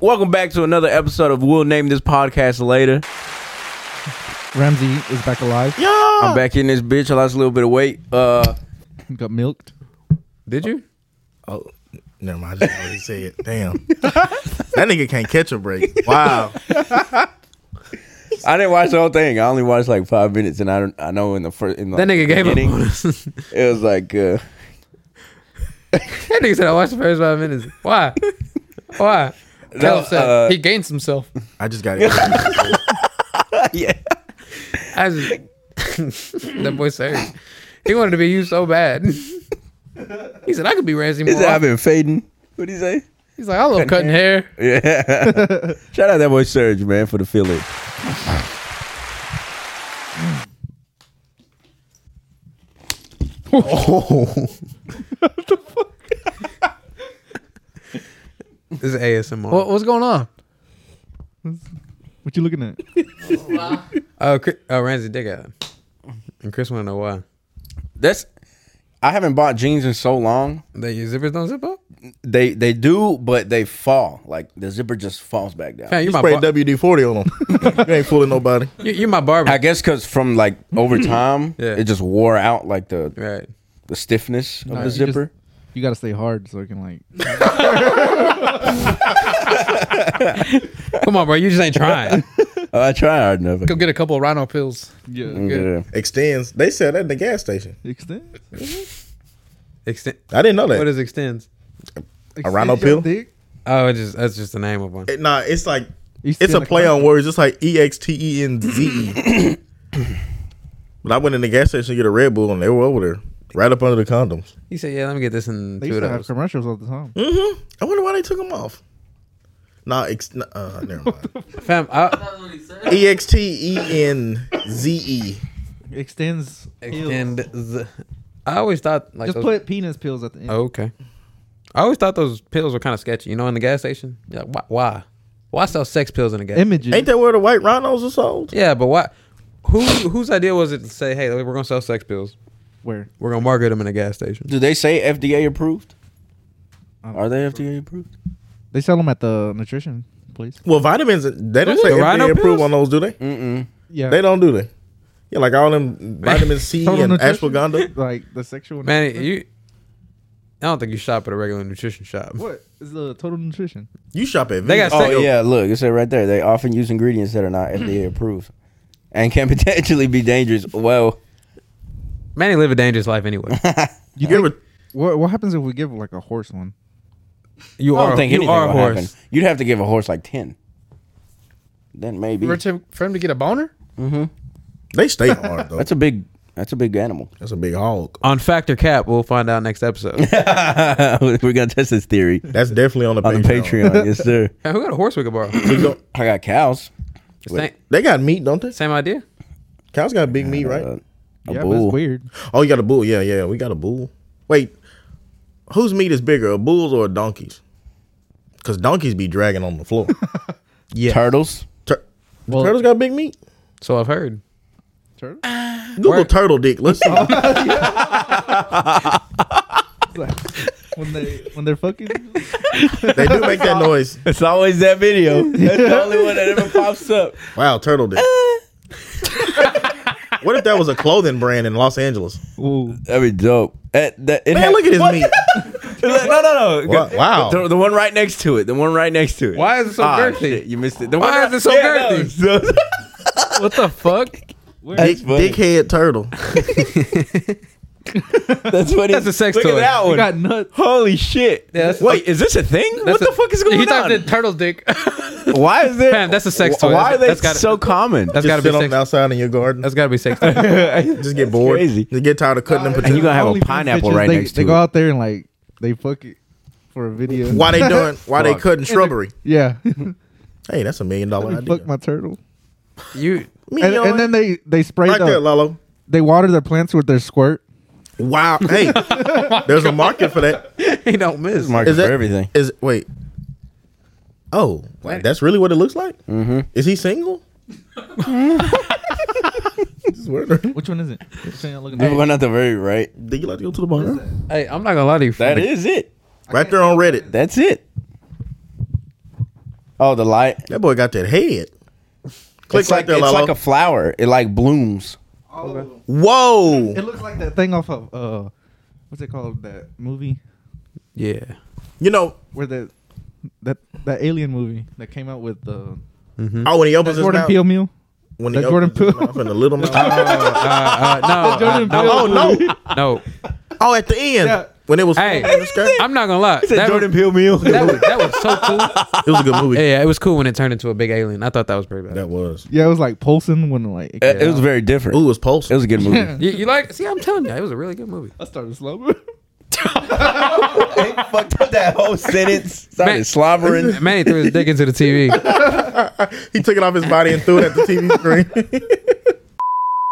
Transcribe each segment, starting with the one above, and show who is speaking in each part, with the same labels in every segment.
Speaker 1: Welcome back to another episode of We'll Name This Podcast Later.
Speaker 2: Ramsey is back alive.
Speaker 1: I'm back in this bitch. I lost a little bit of weight. Uh,
Speaker 2: Got milked.
Speaker 1: did you?
Speaker 3: Oh, never mind. I just already said it. Damn. that nigga can't catch a break. Wow.
Speaker 1: I didn't watch the whole thing. I only watched like five minutes, and I don't. I know in the first. In like,
Speaker 4: That
Speaker 1: the
Speaker 4: nigga gave up
Speaker 1: beginning,
Speaker 4: on us.
Speaker 1: It was like. Uh,
Speaker 4: That nigga said I watched the first five minutes. Why? Why? Tell
Speaker 1: No,
Speaker 4: him Seth.
Speaker 1: uh,
Speaker 4: he gains himself.
Speaker 3: I just got it.
Speaker 1: yeah.
Speaker 4: I just that boy Serge. He wanted to be you so bad. He said I could be Ramsey
Speaker 1: Is
Speaker 4: more.
Speaker 1: that I've
Speaker 4: often."
Speaker 1: been fading? What do you say?
Speaker 4: He's like I love cutting hair.
Speaker 1: Yeah. Shout out that boy Serge, man, for the fill in.
Speaker 4: This is ASMR. What, what's going on?
Speaker 2: What you looking at?
Speaker 4: Oh, Chris, oh, Ramsey dick out. And Chris want to know why.
Speaker 1: That's. I haven't bought jeans in so long.
Speaker 4: That your zippers don't zip up?
Speaker 1: They they do, but they fall. Like the zipper just falls back down.
Speaker 4: Man, you my
Speaker 3: Spray
Speaker 4: bar-
Speaker 3: WD 40 on him. you ain't fooling nobody.
Speaker 4: you, you're my barber.
Speaker 1: I guess because from like over time,
Speaker 4: Yeah.
Speaker 1: it just wore out like the
Speaker 4: right.
Speaker 1: the stiffness of
Speaker 2: Nah,
Speaker 1: the
Speaker 2: you just-
Speaker 1: zipper.
Speaker 2: You gotta stay hard so it can like.
Speaker 4: Come on, bro. You just ain't trying.
Speaker 1: Uh, I try hard enough.
Speaker 4: Go get a couple of rhino pills.
Speaker 2: Yeah.
Speaker 1: Yeah.
Speaker 4: good.
Speaker 3: Extends. They sell that in the gas station.
Speaker 2: Extend.
Speaker 4: Extend.
Speaker 3: I didn't know that.
Speaker 4: What is extends?
Speaker 2: extend
Speaker 3: rhino
Speaker 2: your
Speaker 3: pill?
Speaker 2: dick.
Speaker 4: Oh, it just that's just the name of one.
Speaker 3: It- nah, it's like,
Speaker 2: You
Speaker 3: it's a
Speaker 2: still
Speaker 3: play
Speaker 2: like-
Speaker 3: on words. It's like E X T E N Z E. But I went in the gas station to get a Red Bull and they were over there, right up under the condoms.
Speaker 4: He said, "Yeah, let me get this in
Speaker 2: They
Speaker 4: two
Speaker 2: used to
Speaker 4: of
Speaker 2: have
Speaker 4: those."
Speaker 2: commercials all the time.
Speaker 3: Mm-hmm. I wonder why they took them off. Nah, ex- nah, uh, never mind.
Speaker 4: Fam, I,
Speaker 3: E X T E N Z E.
Speaker 2: Extends. pills.
Speaker 4: and the, I always thought like
Speaker 2: Just
Speaker 4: those,
Speaker 2: put penis pills at the end.
Speaker 4: Oh, okay. I always thought those pills were kind of sketchy. You know, in the gas station. You're like, why? Why? Why sell sex pills in the gas?
Speaker 2: Images.
Speaker 3: Ain't that where the white rhinos are sold?
Speaker 4: yeah, but why? Who whose idea was it to say, "Hey, we're gonna sell sex pills.
Speaker 2: Where?
Speaker 4: We're gonna market them in a gas station."
Speaker 1: Do they say FDA approved?
Speaker 2: Um,
Speaker 1: Are they FDA approved?
Speaker 2: They sell them at the nutrition place.
Speaker 3: Well, vitamins they don't
Speaker 4: Do
Speaker 3: say
Speaker 4: they? Rhino
Speaker 3: FDA approved
Speaker 4: pills?
Speaker 3: on those, do they?
Speaker 1: Mm-mm.
Speaker 2: Yeah.
Speaker 3: They don't do they? Yeah, like all them vitamin C
Speaker 2: Total
Speaker 3: and
Speaker 2: nutrition?
Speaker 3: ashwagandha.
Speaker 2: Like the sexual.
Speaker 4: Man, you. I don't think you shop at a regular nutrition shop.
Speaker 2: What is the total nutrition?
Speaker 3: You shop at
Speaker 4: They got
Speaker 1: Oh
Speaker 3: Vegas.
Speaker 4: Say-
Speaker 1: yeah, look, it said right there. They often use ingredients that are not FDA approved and can potentially be dangerous. Well,
Speaker 4: Manny live a dangerous life anyway.
Speaker 3: You ever
Speaker 2: What What happens if we give like a horse one?
Speaker 4: You
Speaker 1: I
Speaker 4: are
Speaker 1: don't think
Speaker 4: you
Speaker 1: anything
Speaker 4: are a
Speaker 1: will happen.
Speaker 4: horse.
Speaker 1: You'd have to give a horse like ten. Then maybe
Speaker 4: for him to get a boner
Speaker 3: they stay hard though.
Speaker 1: that's a big that's a big animal.
Speaker 3: That's a big hog.
Speaker 4: on Factor Cap. We'll find out next episode.
Speaker 1: We're gonna test this theory
Speaker 3: That's definitely on the
Speaker 1: on
Speaker 3: Patreon.
Speaker 1: the Patreon. yes, sir.
Speaker 4: Man, who got a horse we could borrow?
Speaker 3: We go-
Speaker 1: I got cows.
Speaker 4: Same,
Speaker 3: they got meat, don't they?
Speaker 4: same idea.
Speaker 3: Cows got big meat, right?
Speaker 1: Uh, a
Speaker 2: yeah, but
Speaker 1: bull.
Speaker 2: it's weird.
Speaker 3: Oh, you got a bull. Yeah, yeah, we got a bull. Wait, whose meat is bigger, a bull's or a donkey's? Because donkeys be dragging on the floor.
Speaker 4: Yeah.
Speaker 1: Turtles.
Speaker 3: Tur-
Speaker 2: Well-
Speaker 3: turtles got big meat.
Speaker 4: So I've heard.
Speaker 2: Turtle.
Speaker 3: Google
Speaker 4: Where-
Speaker 3: turtle dick. Let's see.
Speaker 2: Like, when they when they're fucking.
Speaker 3: they do make that noise.
Speaker 1: It's always that video. That's the only one that ever pops up.
Speaker 3: Wow, turtle
Speaker 2: Uh.
Speaker 3: dick. what if that was a clothing brand in Los Angeles?
Speaker 2: Ooh.
Speaker 1: That'd be dope. That, that, it
Speaker 3: Man,
Speaker 1: had-
Speaker 3: look at his
Speaker 1: What?
Speaker 3: meat.
Speaker 1: no, no, no.
Speaker 3: Wow. Wow.
Speaker 1: The, the one right next to it. The one right next to it.
Speaker 4: Why is it so
Speaker 1: Ah,
Speaker 4: girthy?
Speaker 1: shit, you missed it. The
Speaker 4: Why
Speaker 1: one
Speaker 4: is it so girthy?
Speaker 1: no, so-
Speaker 4: What the fuck?
Speaker 3: Dick,
Speaker 1: That's funny.
Speaker 3: dickhead turtle.
Speaker 1: that's funny.
Speaker 4: That's a sex
Speaker 1: look
Speaker 4: toy.
Speaker 1: At that
Speaker 2: You
Speaker 1: one.
Speaker 2: got nuts.
Speaker 1: Holy shit.
Speaker 4: Yeah, that's-
Speaker 1: Wait, is this a thing? What
Speaker 4: That's
Speaker 1: the
Speaker 4: a-
Speaker 1: fuck is going
Speaker 4: he
Speaker 1: on?
Speaker 4: typed in turtle dick.
Speaker 1: why is there?
Speaker 4: Fam, that's a sex
Speaker 1: wh- Why
Speaker 4: toy. That's-
Speaker 1: are they
Speaker 4: that's gotta-
Speaker 1: so common?
Speaker 3: Just
Speaker 4: That's gotta be
Speaker 3: sit on
Speaker 4: sex-
Speaker 3: the outside in your garden.
Speaker 4: That's gotta be sex. toy.
Speaker 3: just get bored.
Speaker 1: crazy. Oh,
Speaker 3: Just get tired of cutting them
Speaker 1: And you
Speaker 3: potatoes.
Speaker 1: gonna have a
Speaker 2: OnlyFans
Speaker 1: pineapple
Speaker 2: bitches,
Speaker 1: right
Speaker 2: they,
Speaker 1: next
Speaker 2: They
Speaker 1: to
Speaker 2: go
Speaker 1: it.
Speaker 2: out there and like they fuck it for a video.
Speaker 3: Why they doing? Why they
Speaker 1: Fuck.
Speaker 3: cutting shrubbery?
Speaker 2: Yeah. Let
Speaker 3: Hey, that's a million dollar
Speaker 2: me
Speaker 3: idea.
Speaker 2: fuck my turtle.
Speaker 4: you
Speaker 3: Me,
Speaker 2: And,
Speaker 3: you know
Speaker 2: and
Speaker 3: what?
Speaker 2: then they they spray
Speaker 3: right
Speaker 2: the,
Speaker 3: there, Lalo.
Speaker 2: they water their plants with their squirt.
Speaker 3: Wow. Hey, there's a market for that.
Speaker 4: he don't miss.
Speaker 1: Market
Speaker 3: Is that
Speaker 1: for everything.
Speaker 3: Is wait. Oh, like, that's really what it looks like. Mm-hmm. Is he single? This is weird. Did
Speaker 2: Which one is it? Which one y'all looking
Speaker 1: We
Speaker 2: at?
Speaker 1: went out the very right.
Speaker 3: you like to go to the bar?
Speaker 4: Hey, I'm not gonna lie to you.
Speaker 1: That is it.
Speaker 3: Right there on Reddit.
Speaker 1: That's it. Oh, the light.
Speaker 3: That boy got that head. Click
Speaker 1: It's
Speaker 3: right
Speaker 1: like
Speaker 3: there,
Speaker 1: it's
Speaker 3: Lalo.
Speaker 1: like a flower. It like blooms.
Speaker 3: Whoa.
Speaker 2: It looks like that thing off of uh, what's it called? That movie
Speaker 4: Yeah.
Speaker 3: You know,
Speaker 2: where the that that alien movie that came out with the
Speaker 3: oh, when he opens his
Speaker 2: Jordan
Speaker 3: mouth,
Speaker 2: Peele meal.
Speaker 3: when
Speaker 2: that
Speaker 3: he
Speaker 2: Jordan
Speaker 3: opens his
Speaker 2: Peele.
Speaker 3: mouth and the little mouth.
Speaker 4: Uh, uh, no, uh,
Speaker 2: Jordan Peele.
Speaker 4: no,
Speaker 3: oh no!
Speaker 4: no.
Speaker 3: Oh, at the end
Speaker 2: Yeah.
Speaker 3: when it was
Speaker 4: Hey.
Speaker 3: in the skirt.
Speaker 4: I'm not gonna lie. That,
Speaker 1: Jordan Peele meal.
Speaker 4: that was, that was so cool.
Speaker 3: It was a good movie.
Speaker 4: Yeah, it was cool when it turned into a big alien. I thought that was pretty bad.
Speaker 3: That was.
Speaker 2: Yeah, it was like pulsing when like it
Speaker 1: It
Speaker 2: came
Speaker 1: was
Speaker 2: out.
Speaker 1: very different.
Speaker 3: Ooh, it was Pulse.
Speaker 1: It was a good movie.
Speaker 3: Eh.
Speaker 4: You, you like? See, I'm telling you, it was a really good movie.
Speaker 2: I started slow.
Speaker 1: They fucked up that whole sentence. Started
Speaker 4: Man-
Speaker 1: slobbering.
Speaker 4: Manny threw his dick into the TV.
Speaker 3: he took it off his body and threw it at the TV screen.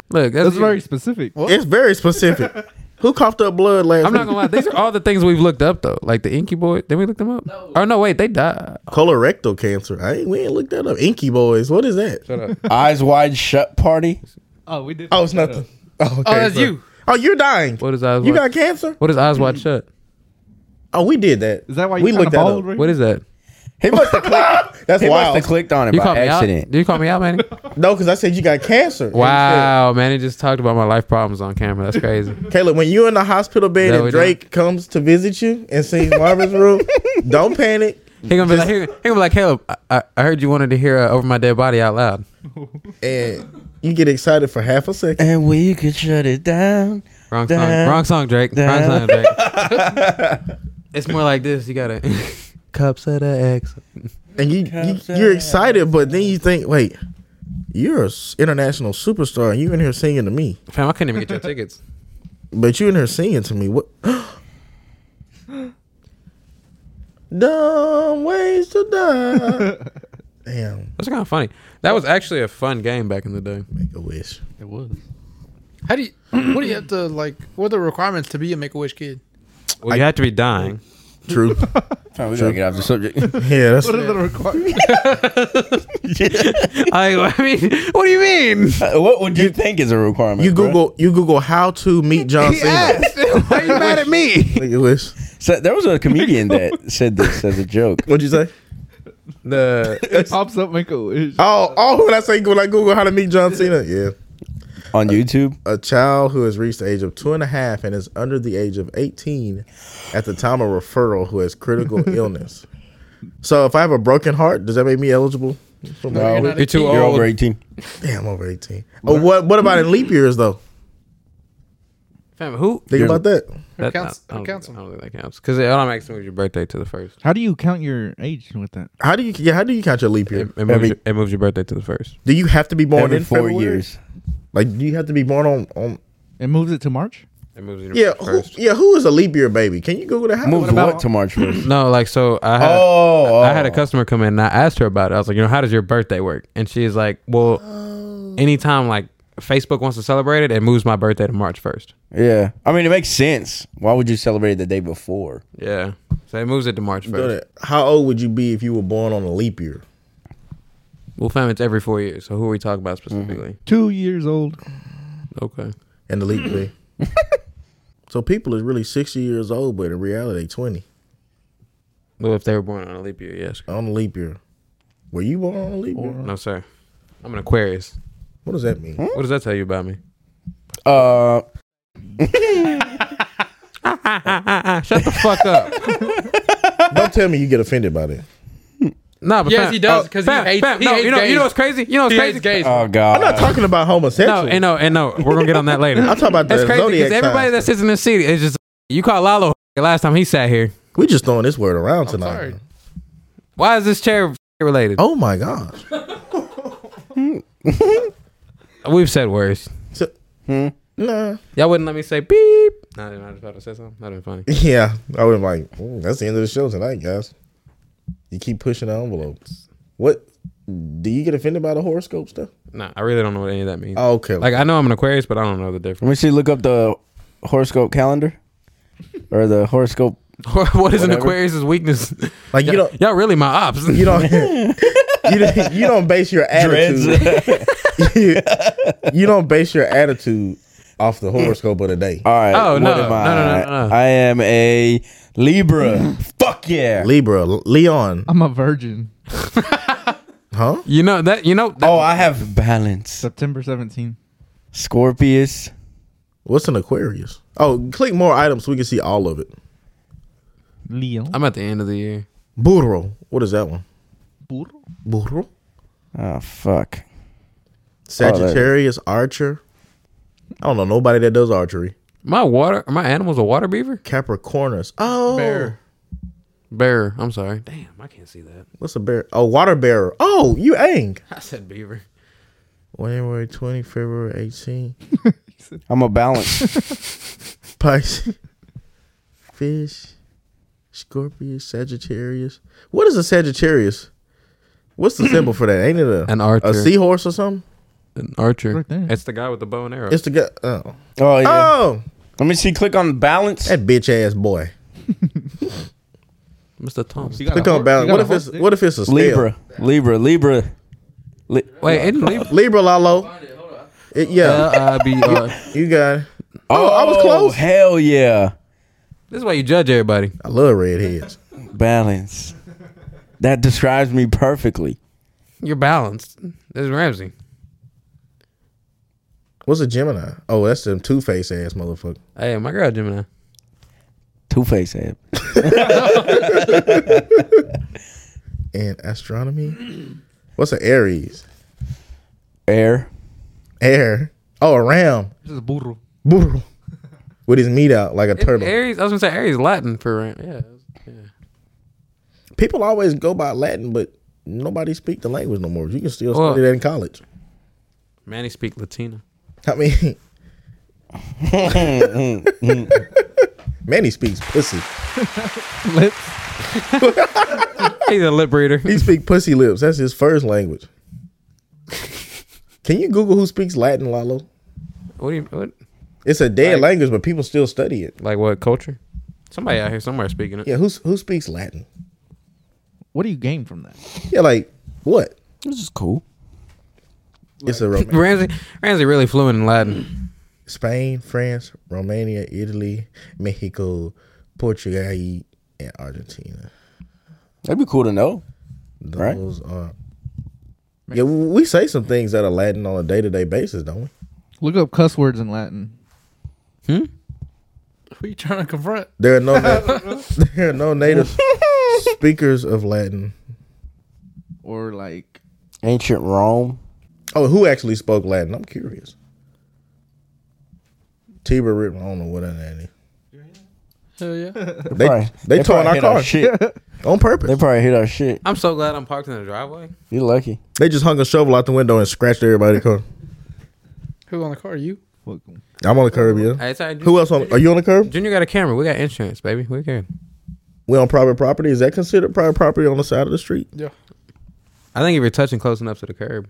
Speaker 4: Look, that's,
Speaker 2: That's very specific.
Speaker 3: it's very specific. Who coughed up blood last?
Speaker 4: I'm not gonna lie. These are all the things we've looked up though, like the Inky Boy. Did we look them up? Oh no, wait, they died.
Speaker 3: Colorectal cancer. I ain't, we ain't looked that up. Inky boys. What is that?
Speaker 4: Shut up.
Speaker 1: Eyes wide shut party.
Speaker 2: Oh, we did.
Speaker 3: Oh, it's nothing. Oh, okay,
Speaker 4: that's
Speaker 3: so-
Speaker 4: you.
Speaker 3: Oh, you're dying.
Speaker 4: What is eyes?
Speaker 3: You got
Speaker 4: wide,
Speaker 3: cancer?
Speaker 4: what is eyes wide shut?
Speaker 3: Oh, we did that.
Speaker 2: Is that why you
Speaker 3: we
Speaker 2: we looked
Speaker 3: looked that
Speaker 2: bald?
Speaker 3: up?
Speaker 2: Right?
Speaker 4: What is that?
Speaker 1: He must have clicked.
Speaker 3: That's
Speaker 1: he must
Speaker 3: wild.
Speaker 1: have clicked on it
Speaker 4: You
Speaker 1: by
Speaker 4: called me out.
Speaker 1: accident.
Speaker 4: Did you call me out, Manny?
Speaker 3: No, because I said you got cancer.
Speaker 4: Wow, Manny just talked about my life problems on camera. That's crazy.
Speaker 3: Caleb, when you're in the hospital bed
Speaker 4: No, we
Speaker 3: and
Speaker 4: don't.
Speaker 3: Drake comes to visit you and sees Marvin's room, don't panic.
Speaker 4: He gonna be like, he, he gonna be like, Caleb, I- I, I heard you wanted to hear uh, over my dead body out loud.
Speaker 3: And you get excited for half a second.
Speaker 1: And we could shut it down.
Speaker 4: Wrong song.
Speaker 1: Dun,
Speaker 4: Wrong song, Drake. Wrong
Speaker 1: dun.
Speaker 4: song, Drake. it's more like this. You gotta cups of the X.
Speaker 3: and you,
Speaker 1: Cups
Speaker 3: you you're
Speaker 1: out.
Speaker 3: excited, but then you think, wait, you're an international superstar, and you in here singing to me,
Speaker 4: Fam, I couldn't even get your tickets.
Speaker 3: but you in here singing to me. What? Dumb ways to die. Damn,
Speaker 4: That's kind of funny. That was actually a fun game back in the day.
Speaker 3: make a wish.
Speaker 5: It was. How do you? What do you have to like? What are the requirements to be a Make a Wish kid?
Speaker 4: Well, you had to be dying.
Speaker 3: True.
Speaker 1: Oh, we gotta get off the subject.
Speaker 3: yeah, that's
Speaker 2: What are the requirements?
Speaker 4: I, I mean, what do you mean?
Speaker 1: what would you, think is a requirement?
Speaker 3: you
Speaker 1: bruh?
Speaker 3: Google you Google how to meet John
Speaker 4: He
Speaker 3: Cena.
Speaker 4: asked. Why you mad at me?
Speaker 3: Make a wish.
Speaker 1: So, there was a comedian that said this as a joke.
Speaker 3: What'd you say?
Speaker 4: The
Speaker 2: it pops up, make a wish.
Speaker 3: Oh, oh, when I say when I Google how to meet John Cena, yeah.
Speaker 4: Uh,
Speaker 1: on YouTube.
Speaker 3: a child who has reached the age of two and a half and is under the age of 18 at the time of referral who has critical illness. So if I have a broken heart, does that make me eligible? for-
Speaker 1: No,
Speaker 5: not
Speaker 4: you're too
Speaker 1: you're
Speaker 4: old.
Speaker 1: over eighteen.
Speaker 3: Damn, I'm over 18. Oh, what what about in leap years though?
Speaker 4: fam, who?
Speaker 3: Think
Speaker 1: You're-
Speaker 3: about that.
Speaker 4: That
Speaker 5: counts-
Speaker 4: I don't,
Speaker 5: it counts
Speaker 4: I don't think that counts because it automatically moves your birthday to the first.
Speaker 2: How do you count your age with that?
Speaker 3: How do you yeah, how do you count your leap
Speaker 4: It,
Speaker 3: year?
Speaker 4: it, moves
Speaker 1: Every-
Speaker 4: your, it moves your birthday to the first.
Speaker 3: Do you have to be born
Speaker 1: Every
Speaker 3: in
Speaker 1: four
Speaker 3: February?
Speaker 1: years.
Speaker 3: Like do you have to be born on, on
Speaker 2: It moves it to March.
Speaker 4: It moves your
Speaker 3: Yeah, who,
Speaker 4: first.
Speaker 3: yeah, who is a leap year baby? Can you Google that? How-
Speaker 1: Moved
Speaker 2: about-
Speaker 1: what to March first?
Speaker 4: No, like so I had
Speaker 1: Oh,
Speaker 4: I had a customer come in and I asked her about it. I was like, you know, how does your birthday work? And she's like, well, anytime like Facebook wants to celebrate it, it moves my birthday to March first.
Speaker 1: Yeah, I mean it makes sense. Why would you celebrate the day before?
Speaker 4: Yeah, so it moves it to March
Speaker 3: Go
Speaker 4: first.
Speaker 3: to- How old would you be if you were born on a leap year?
Speaker 4: Well, fam, it's every four years. So who are we talking
Speaker 1: Mm-hmm.
Speaker 4: about specifically?
Speaker 2: Two years old.
Speaker 4: Okay,
Speaker 3: and the leap day. so people is really sixty years old, but in reality they twenty
Speaker 4: well, if they were born on a leap year, yes.
Speaker 3: on a leap year. Were you born on a leap year?
Speaker 4: No, sir. I'm an Aquarius.
Speaker 3: What does that mean?
Speaker 4: What does that tell you about me?
Speaker 1: Uh,
Speaker 4: Shut the fuck up.
Speaker 3: Don't tell me you get offended by that.
Speaker 4: No, but
Speaker 5: Yes,
Speaker 4: fam-
Speaker 5: he does,
Speaker 4: oh,
Speaker 5: 'cause he
Speaker 4: fam,
Speaker 5: hates-
Speaker 4: fam,
Speaker 5: he
Speaker 4: no,
Speaker 5: hates
Speaker 4: you know, you
Speaker 5: gays.
Speaker 4: know what's crazy? You know what's
Speaker 5: He
Speaker 4: crazy?
Speaker 5: hates gays.
Speaker 3: Uh,
Speaker 1: oh
Speaker 3: I'm
Speaker 1: God.
Speaker 3: not talking about homosexual.
Speaker 4: No, and no, and no. We're gonna get on that later.
Speaker 3: I'm talking about
Speaker 4: That's
Speaker 3: the
Speaker 4: crazy
Speaker 3: zodiac
Speaker 4: because everybody
Speaker 3: signs.
Speaker 4: that sits in this seat is just you call Lalo last time he sat here.
Speaker 3: we just throwing this word around
Speaker 5: I'm
Speaker 3: tonight.
Speaker 5: sorry.
Speaker 4: Why is this chair related?
Speaker 3: Oh my gosh. Oh.
Speaker 4: We've said worse.
Speaker 3: So,
Speaker 1: Hmm?
Speaker 3: Nah.
Speaker 4: Y'all wouldn't let me say beep. No, I didn't- I was about to say something. That'd been funny.
Speaker 3: Yeah, I was like, "Mm, that's the end of the show tonight, guys. You keep pushing the envelope. What? Do you get offended by the horoscope stuff?
Speaker 4: Nah, I really don't know what any of that means.
Speaker 3: Oh, okay.
Speaker 4: Like I know I'm an Aquarius, but I don't know the
Speaker 1: Let
Speaker 4: difference.
Speaker 1: me see. Look up the horoscope calendar, or the horoscope.
Speaker 4: what is an
Speaker 1: Whatever.
Speaker 4: Aquarius's weakness?
Speaker 3: like you don't,
Speaker 4: Y'all really my ops.
Speaker 3: you don't, you don't, you don't base your attitude. you you don't base your attitude off the horoscope of the day.
Speaker 1: All right.
Speaker 4: Oh,
Speaker 1: what
Speaker 4: no,
Speaker 1: am
Speaker 4: no,
Speaker 1: I?
Speaker 4: no, no, no.
Speaker 1: I am a Libra. Fuck yeah.
Speaker 3: Libra, L- Leon,
Speaker 2: I'm a virgin.
Speaker 3: Huh?
Speaker 4: You know that. You know. That,
Speaker 1: Oh, I have balance.
Speaker 2: September 17th.
Speaker 1: Scorpius.
Speaker 3: What's an Aquarius? Oh, click more items so we can see all of it.
Speaker 2: Leo.
Speaker 4: I'm at the end of the year.
Speaker 3: Burro. What is that one?
Speaker 2: burro.
Speaker 3: Burro.
Speaker 1: Oh fuck.
Speaker 3: Sagittarius, Archer. I don't know nobody that does archery.
Speaker 4: My water. My animal's a water beaver.
Speaker 3: Capricornus. Oh,
Speaker 5: Bear.
Speaker 4: Bear. I'm sorry. Damn, I can't see that.
Speaker 3: what's a bear? A water bearer. Oh, you ang.
Speaker 4: I said beaver.
Speaker 3: January 20, February 18.
Speaker 1: I'm a balance.
Speaker 3: Pisces, Fish, Scorpius, Sagittarius. What is a Sagittarius? What's the symbol for that? Ain't it a
Speaker 4: An archer.
Speaker 3: a seahorse or something?
Speaker 4: An archer.
Speaker 2: Right there.
Speaker 4: It's the guy with the bow and arrow.
Speaker 3: It's the guy. Oh,
Speaker 1: oh yeah.
Speaker 3: oh,
Speaker 1: Let me see. Click on balance.
Speaker 3: that bitch ass boy.
Speaker 4: Mr. Thompson.
Speaker 3: Click on balance. What if it's what if it's a scale?
Speaker 1: Libra. Libra. Libra. Li-
Speaker 4: Wait, isn't Libra?
Speaker 3: Libra Lalo. It, yeah,
Speaker 4: L I B R.
Speaker 3: you got. It. Oh, I was close.
Speaker 1: Hell yeah.
Speaker 4: This is why you judge everybody.
Speaker 3: I love redheads.
Speaker 1: Balance. That describes me perfectly.
Speaker 4: You're balanced. This is Ramsey.
Speaker 3: What's a Gemini? Oh, that's them two face ass motherfucker.
Speaker 4: Hey, my girl Gemini.
Speaker 1: Two face head.
Speaker 3: And astronomy. What's an Aries?
Speaker 1: Air.
Speaker 3: Air. Oh, a ram.
Speaker 2: This is burro.
Speaker 3: Boo. With his meat out like a
Speaker 4: Isn't
Speaker 3: turtle.
Speaker 4: Aries. I was gonna say Aries Latin for Ram. Yeah.
Speaker 3: people always go by Latin, but nobody speak the language no more. You can still
Speaker 4: Well-
Speaker 3: study that in college.
Speaker 4: Manny speak Latina.
Speaker 3: I mean, Manny speaks pussy.
Speaker 2: Lips.
Speaker 4: He's a lip reader.
Speaker 3: He speak pussy lips. That's his first language. Can you Google who speaks Latin, Lalo?
Speaker 4: What do you what?
Speaker 3: It's a dead
Speaker 4: Like-
Speaker 3: language, but people still study it.
Speaker 4: Like what culture? Somebody out here somewhere speaking it.
Speaker 3: Yeah, who's who speaks Latin?
Speaker 2: What do you gain from that?
Speaker 3: Yeah, like what?
Speaker 1: This is cool.
Speaker 3: It's a Roman.
Speaker 4: Ramsey Ramsey really fluent in Latin.
Speaker 3: Spain, France, Romania, Italy, Mexico, Portugal, and Argentina.
Speaker 1: That'd be cool to know. Right.
Speaker 3: Those are. Yeah, we say some things that are Latin on a day to day basis, don't we?
Speaker 2: Look up cuss words in Latin.
Speaker 5: Who you trying to confront?
Speaker 3: There are no na- there are no native speakers of Latin.
Speaker 2: Or like
Speaker 1: Ancient Rome.
Speaker 3: Oh, who actually spoke Latin? I'm curious. Tiber Ritter, I don't know what that is.
Speaker 5: Hell yeah.
Speaker 3: They
Speaker 1: Probably-
Speaker 3: they, tore
Speaker 1: probably
Speaker 3: our
Speaker 1: hit
Speaker 3: car
Speaker 1: shit.
Speaker 3: on purpose.
Speaker 1: They
Speaker 3: They,
Speaker 1: probably hit our shit.
Speaker 4: I'm so glad I'm parked in the driveway.
Speaker 1: You're lucky.
Speaker 3: just hung a shovel out the window and scratched everybody's car.
Speaker 5: Who on the car? You?
Speaker 2: fuck 'em.
Speaker 3: I'm on the curb, yeah.
Speaker 4: Hey, it's all right,
Speaker 3: Who else on? Are you on the curb?
Speaker 4: Junior got a camera. We got insurance, baby. We can.
Speaker 3: We on private property? Is that considered private property on the side of the street?
Speaker 5: Yeah.
Speaker 4: I think if you're touching close enough to the curb.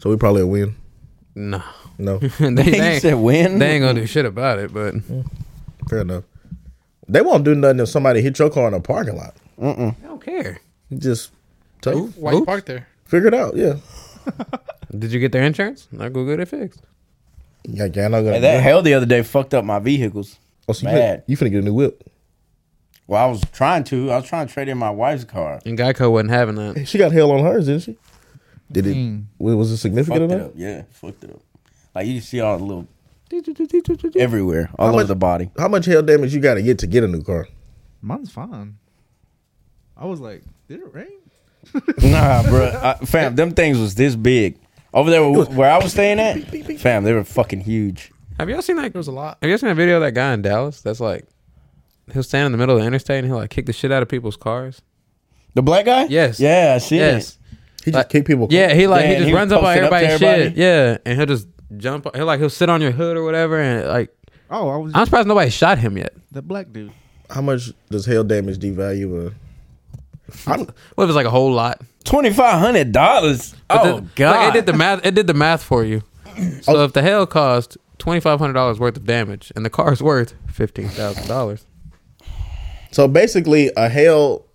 Speaker 3: So we probably a win.
Speaker 4: No.
Speaker 3: No,
Speaker 4: they, they,
Speaker 1: you
Speaker 4: ain't,
Speaker 1: said when?
Speaker 4: they ain't gonna do shit about it, but
Speaker 3: fair enough. They won't do nothing if somebody hit your car in a parking lot.
Speaker 4: I don't care.
Speaker 3: Just take,
Speaker 5: Why you
Speaker 4: Oops.
Speaker 5: parked there?
Speaker 3: figure it out. Yeah,
Speaker 4: Did you get their insurance? I go get it fixed.
Speaker 3: yeah, yeah. I know
Speaker 1: Hey, that hell the other day fucked up my vehicles.
Speaker 3: Oh, so you,
Speaker 1: Bad.
Speaker 3: finna, you finna get a new whip.
Speaker 1: Well, I was trying to. I was trying to trade in my wife's car.
Speaker 4: And Geico wasn't having that.
Speaker 3: She got hell on hers, didn't she? Did it?
Speaker 2: Mm.
Speaker 3: wa- Was it
Speaker 1: Fucked
Speaker 3: significant
Speaker 1: it
Speaker 3: enough?
Speaker 1: up. Yeah, fucked it up. Like you see all the little everywhere, all over
Speaker 3: much-
Speaker 1: the body.
Speaker 3: How much hell damage you got to get to get a new car?
Speaker 2: Mine's fine. I was like, did it rain?
Speaker 1: Nah, bro, I, fam, them things was this big over there where, where I was staying at. Fam, they were fucking huge.
Speaker 4: Have y'all seen that?
Speaker 5: There was a lot.
Speaker 4: Have you seen that video of that guy in Dallas? That's like he'll stand in the middle of the interstate and he'll like kick the shit out of people's cars.
Speaker 1: The black guy?
Speaker 4: Yes.
Speaker 1: Yeah, I see
Speaker 4: Yes.
Speaker 1: it.
Speaker 3: He just
Speaker 4: Like-
Speaker 3: kicked people.
Speaker 4: Yeah, he like
Speaker 1: Yeah,
Speaker 4: he
Speaker 1: and
Speaker 4: just
Speaker 1: he was
Speaker 4: runs up on
Speaker 1: posted up to
Speaker 4: everybody's shit.
Speaker 1: everybody.
Speaker 4: Yeah, and he'll just jump. He'll like he'll sit on your hood or whatever, and like
Speaker 2: Oh, I was
Speaker 4: I'm surprised nobody shot him yet.
Speaker 2: the black dude.
Speaker 3: How much does hell damage devalue a? I'm,
Speaker 4: What if it's like a whole lot?
Speaker 1: Twenty five hundred dollars.
Speaker 4: But
Speaker 1: Oh
Speaker 4: the-
Speaker 1: god,
Speaker 4: Like, it did the math. It did the math for you. So if the hail caused twenty five hundred dollars worth of damage, and the car's worth fifteen thousand dollars,
Speaker 3: so basically, a hail,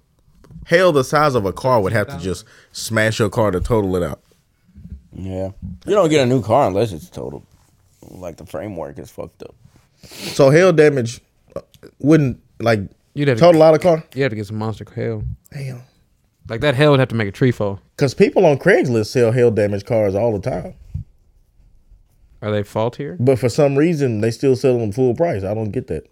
Speaker 3: hail the size of a car would have to just smash your car to total it out.
Speaker 1: yeah. You don't get a new car unless it's total. Like the framework is fucked up.
Speaker 3: So hail damage uh, wouldn't like
Speaker 4: you'd have
Speaker 3: total out a car.
Speaker 4: you have to get some monster hail.
Speaker 3: Damn.
Speaker 4: Like that hell would have to make a tree fall.
Speaker 3: Because people on Craigslist sell hail damaged cars all the time,
Speaker 4: Are they faultier?
Speaker 3: but for some reason they still sell them full price. I don't get that.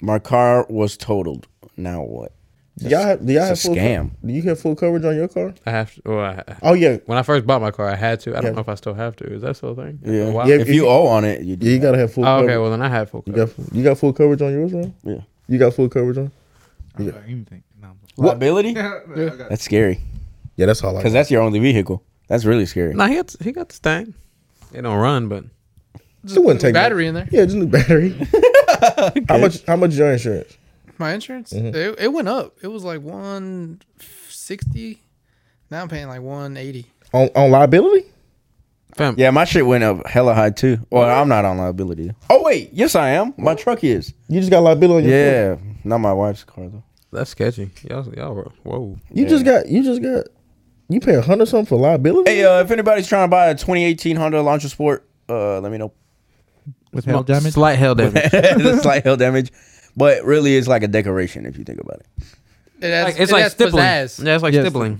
Speaker 1: My car was totaled. Now what?
Speaker 3: Do y'all have, do y'all have
Speaker 1: It's a
Speaker 3: full co-
Speaker 1: scam.
Speaker 3: do you have full coverage on your car?
Speaker 4: I have to. Well, I,
Speaker 3: Oh yeah,
Speaker 4: when I first bought my car, I had to. I don't
Speaker 3: Yeah.
Speaker 4: know if I still have to. Is that still a thing?
Speaker 1: Yeah.
Speaker 4: Wow.
Speaker 3: Yeah,
Speaker 1: If you owe on it, you do.
Speaker 3: you gotta have full.
Speaker 4: Oh, okay.
Speaker 3: coverage.
Speaker 4: Well, then I had full.
Speaker 3: you
Speaker 4: coverage.
Speaker 3: got you got full coverage on yours, man.
Speaker 1: Yeah.
Speaker 3: You got full coverage on.
Speaker 2: I don't got anything. No, I'm-
Speaker 1: Liability?
Speaker 2: I got-
Speaker 1: That's scary
Speaker 3: Yeah, that's all I.
Speaker 1: because that's your only vehicle. That's really scary.
Speaker 4: Nah, he got he got this thing. It don't run, but
Speaker 3: It wouldn't take
Speaker 5: battery in there.
Speaker 3: Yeah, just new battery. How much? How much is your insurance?
Speaker 5: My insurance, it, it went up. It was like one sixty. Now I'm paying like one eighty.
Speaker 3: On on liability?
Speaker 4: fam,
Speaker 1: Yeah, my shit went up hella high too. Well, I'm not on liability. Oh wait, yes I am. My truck is.
Speaker 3: You just got liability. On your car.
Speaker 1: Yeah, not my wife's car though.
Speaker 4: that's sketchy. Y'all, y'all, were- whoa.
Speaker 3: You just got. You just got. You pay a hundred something for liability.
Speaker 1: Hey, uh, if anybody's trying to buy a 2018 Honda Launcher Sport, uh, let me know.
Speaker 2: with hail damage.
Speaker 4: Slight hell damage.
Speaker 1: it's like hell damage, but really it's like a decoration if you think about it.
Speaker 5: It has,
Speaker 4: Like,
Speaker 5: it
Speaker 4: it's like
Speaker 5: has
Speaker 4: stippling.
Speaker 5: pizzazz.
Speaker 4: Yeah, it's like
Speaker 2: Yes.
Speaker 4: stippling.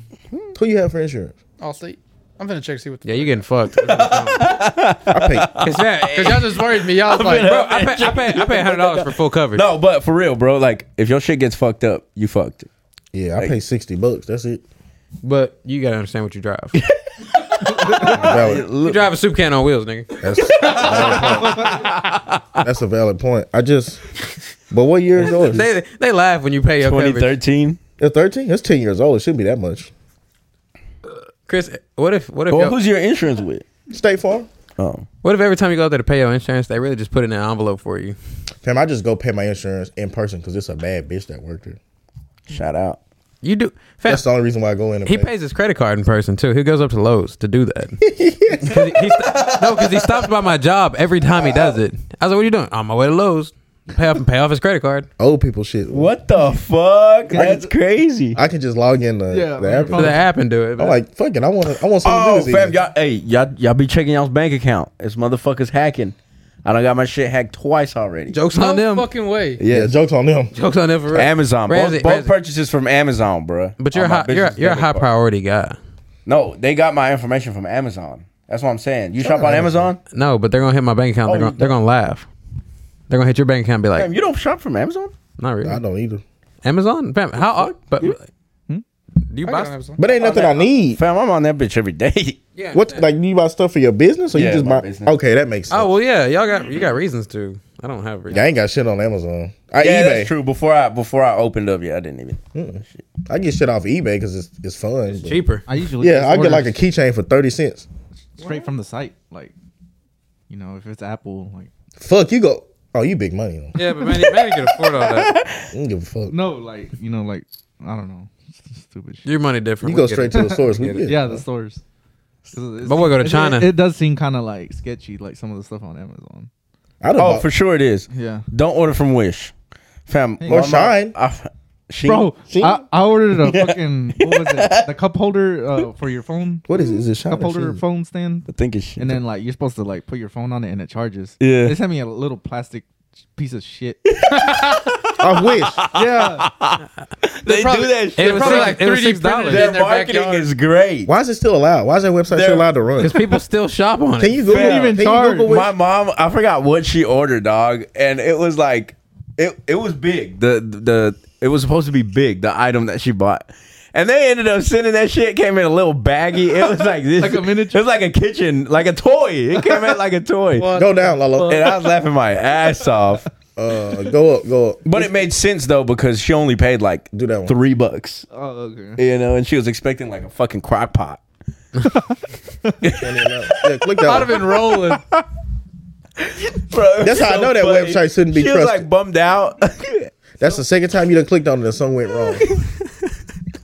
Speaker 3: Who you have for insurance?
Speaker 5: All state. I'm gonna check to see what. The,
Speaker 4: Yeah, you getting fucked. Cause
Speaker 3: I pay.
Speaker 4: yeah,
Speaker 5: Cause y'all just worried me. Y'all was like,
Speaker 4: bro, I pay, I pay, I pay hundred dollars for full coverage.
Speaker 1: No, but for real, bro. Like if your shit gets fucked up, you fucked.
Speaker 3: yeah, I pay sixty bucks. That's it.
Speaker 4: but you gotta understand what you drive. you
Speaker 3: Valid.
Speaker 4: drive a soup can on wheels, nigga.
Speaker 3: That's, that's a valid point. I just. But what year is yours?
Speaker 4: They they laugh when you pay your coverage.
Speaker 1: 2013.
Speaker 3: It's thirteen. It's ten years old. It shouldn't be that much.
Speaker 4: Chris, what if what if
Speaker 1: Well,
Speaker 4: your-
Speaker 1: who's your insurance with?
Speaker 3: State Farm.
Speaker 1: Oh,
Speaker 4: what if every time you go out there to pay your insurance, they really just put it in an envelope for you?
Speaker 3: Fam, I just go pay my insurance in person because it's a bad bitch that worked here.
Speaker 1: shout out.
Speaker 4: You do. Fam,
Speaker 3: That's the only reason why I go in. And
Speaker 4: He
Speaker 3: pay.
Speaker 4: pays his credit card in person too. He goes up to Lowe's to do that. 'Cause he- he sto- no, because he stops by my job every time he does it. I was like, "What are you doing?" On my way to Lowe's. Pay off and pay off his credit card.
Speaker 3: old people shit.
Speaker 1: What the fuck? That's crazy.
Speaker 3: I can just log in
Speaker 2: Yeah,
Speaker 3: the, the
Speaker 2: on your
Speaker 3: app.
Speaker 4: For the app and do it.
Speaker 3: I'm like, fuck it. I want. I want something
Speaker 1: Oh,
Speaker 3: to do this
Speaker 1: fam,
Speaker 3: evening.
Speaker 1: y'all, hey, y'all, y'all be checking y'all's bank account. It's motherfuckers hacking. I done got my shit hacked twice already.
Speaker 4: jokes
Speaker 5: no
Speaker 4: on them.
Speaker 5: fucking way.
Speaker 3: Yeah, jokes on them.
Speaker 4: Jokes on them for real.
Speaker 1: Amazon,
Speaker 4: Ramsey-
Speaker 1: both, both
Speaker 4: Ramsey-
Speaker 1: purchases from Amazon, bruh.
Speaker 4: but you're a
Speaker 1: On my
Speaker 4: high, you're,
Speaker 1: business
Speaker 4: you're a high
Speaker 1: debit card.
Speaker 4: priority guy.
Speaker 1: No, they got my information from Amazon. That's what I'm saying. You shop on Amazon?
Speaker 4: No, but they're gonna hit my bank account.
Speaker 1: Oh,
Speaker 4: They're
Speaker 1: you
Speaker 4: gonna, they're gonna laugh. They're gonna hit your bank account and be like,
Speaker 1: Fam, you don't shop from Amazon?
Speaker 4: "Not
Speaker 3: I
Speaker 4: really."
Speaker 3: don't either.
Speaker 4: Amazon, fam. How? But do you
Speaker 5: I
Speaker 4: buy?
Speaker 5: got an Amazon.
Speaker 3: But ain't nothing I need.
Speaker 1: Fam, I'm on that bitch every day.
Speaker 4: Yeah.
Speaker 3: What like you buy stuff for your business or
Speaker 1: Yeah,
Speaker 3: you just
Speaker 1: my
Speaker 3: buy?
Speaker 1: business.
Speaker 3: Okay, that makes sense.
Speaker 4: Oh well, yeah. Y'all got you got reasons to. I don't have reasons.
Speaker 3: I ain't got shit on Amazon. I
Speaker 1: Oh. Yeah,
Speaker 3: eBay.
Speaker 1: that's true. Before I before I opened up, yeah, I didn't even. Shit.
Speaker 3: I get shit off eBay because it's it's fun. but-
Speaker 4: Cheaper.
Speaker 2: I usually
Speaker 3: Yeah,
Speaker 2: just
Speaker 3: I get
Speaker 2: order
Speaker 3: like a keychain for thirty cents.
Speaker 2: straight from the site. Like, you know, if it's Apple, like
Speaker 3: Fuck you go. Oh, you big money. though.
Speaker 4: Yeah, but Manny, Manny can afford all that.
Speaker 3: I don't give a fuck.
Speaker 2: no, like you know, like I don't know, stupid shit.
Speaker 4: Your money different.
Speaker 3: You
Speaker 4: We
Speaker 3: go
Speaker 4: get
Speaker 3: straight
Speaker 4: it.
Speaker 3: to the source. We
Speaker 4: Get
Speaker 3: get
Speaker 4: it.
Speaker 3: it.
Speaker 2: Yeah, the stores. 'Cause it's-
Speaker 4: But we'll go to
Speaker 2: it-
Speaker 4: China.
Speaker 2: It, it does seem kind of like sketchy, like some of the stuff on Amazon.
Speaker 3: I
Speaker 1: Oh,
Speaker 3: don't.
Speaker 1: for sure it is.
Speaker 2: Yeah,
Speaker 1: Don't order from Wish, fam.
Speaker 2: Hey.
Speaker 1: my
Speaker 2: Or
Speaker 1: mom-
Speaker 3: Shine.
Speaker 1: I- she,
Speaker 2: bro.
Speaker 3: See?
Speaker 2: I, I ordered a fucking what was it? The cup holder uh, for your phone.
Speaker 3: What is it? Is it Shine or
Speaker 2: Cup holder
Speaker 3: Sheen?
Speaker 2: phone stand.
Speaker 1: I think it's shit.
Speaker 2: And then like you're supposed to like put your phone on it and it charges.
Speaker 1: Yeah.
Speaker 2: They sent me a little plastic piece of shit.
Speaker 3: I wish.
Speaker 2: yeah.
Speaker 1: they
Speaker 5: probably-
Speaker 1: do that
Speaker 4: It
Speaker 1: shit.
Speaker 5: They're
Speaker 4: was
Speaker 5: probably
Speaker 4: six-
Speaker 5: like
Speaker 4: it was
Speaker 5: 3D
Speaker 4: $6.
Speaker 5: printed
Speaker 1: Their
Speaker 5: in their
Speaker 1: marketing
Speaker 5: backyard.
Speaker 1: is great.
Speaker 3: Why is it still allowed? Why is that website
Speaker 1: They're-
Speaker 3: still allowed to run?
Speaker 4: Because people still shop on
Speaker 3: Can
Speaker 4: it.
Speaker 3: you go?
Speaker 1: Fam.
Speaker 2: Even
Speaker 3: Can you
Speaker 2: charged.
Speaker 3: Google
Speaker 1: My mom, I forgot what she ordered, dog, and it was like it it was big. The the it was supposed to be big, the item that she bought. And they ended up sending that shit came in a little baggy. It was like this
Speaker 2: Like a
Speaker 1: It
Speaker 2: miniature?
Speaker 1: was like a kitchen, like a toy. It came in like a toy.
Speaker 5: What?
Speaker 3: Go down, Lolo.
Speaker 1: And I was laughing my ass off.
Speaker 3: Uh, go up, go up.
Speaker 1: But it made sense though because she only paid like
Speaker 3: Do that one.
Speaker 1: three bucks.
Speaker 2: Oh okay.
Speaker 1: You know, and she was expecting like a fucking crock pot.
Speaker 3: yeah, click
Speaker 5: I'd have
Speaker 3: that. One.
Speaker 5: been rolling.
Speaker 1: Bro, it was
Speaker 3: That's how I know that website shouldn't be
Speaker 1: She was
Speaker 3: trusted.
Speaker 1: like bummed out.
Speaker 3: That's the second time you done clicked on it and something went wrong.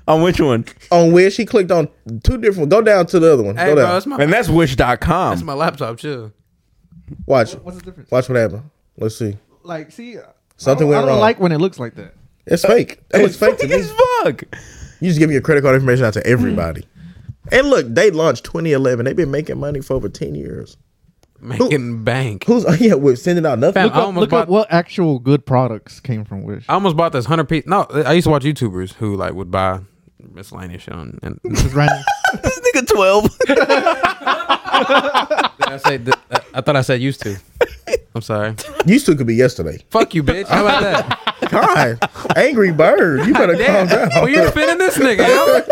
Speaker 1: On which one?
Speaker 3: on where she clicked on two different. Go down to the other one.
Speaker 4: Hey,
Speaker 3: go
Speaker 4: bro,
Speaker 3: down.
Speaker 4: that's my,
Speaker 1: And that's wish.com.
Speaker 4: that's my laptop, chill.
Speaker 3: Watch.
Speaker 2: What's the difference?
Speaker 3: Watch what happened. Let's see.
Speaker 2: Like, see,
Speaker 3: Something
Speaker 2: I don't,
Speaker 3: went
Speaker 2: I don't
Speaker 3: wrong.
Speaker 2: like when it looks like that.
Speaker 3: It's fake. That looks fake to
Speaker 1: Fake
Speaker 3: me.
Speaker 1: as fuck.
Speaker 3: You just give me your credit card information out to everybody. And look, they launched 2011. They've been making money for over 10 years.
Speaker 4: Making bank.
Speaker 3: Who's yeah? We're sending out nothing.
Speaker 4: Fam,
Speaker 3: Look
Speaker 4: I
Speaker 3: up-
Speaker 4: almost
Speaker 2: Look
Speaker 4: bought.
Speaker 2: up what actual good products came from Wish.
Speaker 4: I almost bought this hundred piece. No, I used to watch YouTubers who like would buy miscellaneous shit on. And
Speaker 2: Just random.
Speaker 1: This nigga twelve.
Speaker 4: I say th- I- I thought I said used to. I'm sorry.
Speaker 3: Used to could be yesterday.
Speaker 4: Fuck you, bitch. How about that?
Speaker 3: God, Angry Bird, you better calm down.
Speaker 4: Well, you're defending this nigga. yo.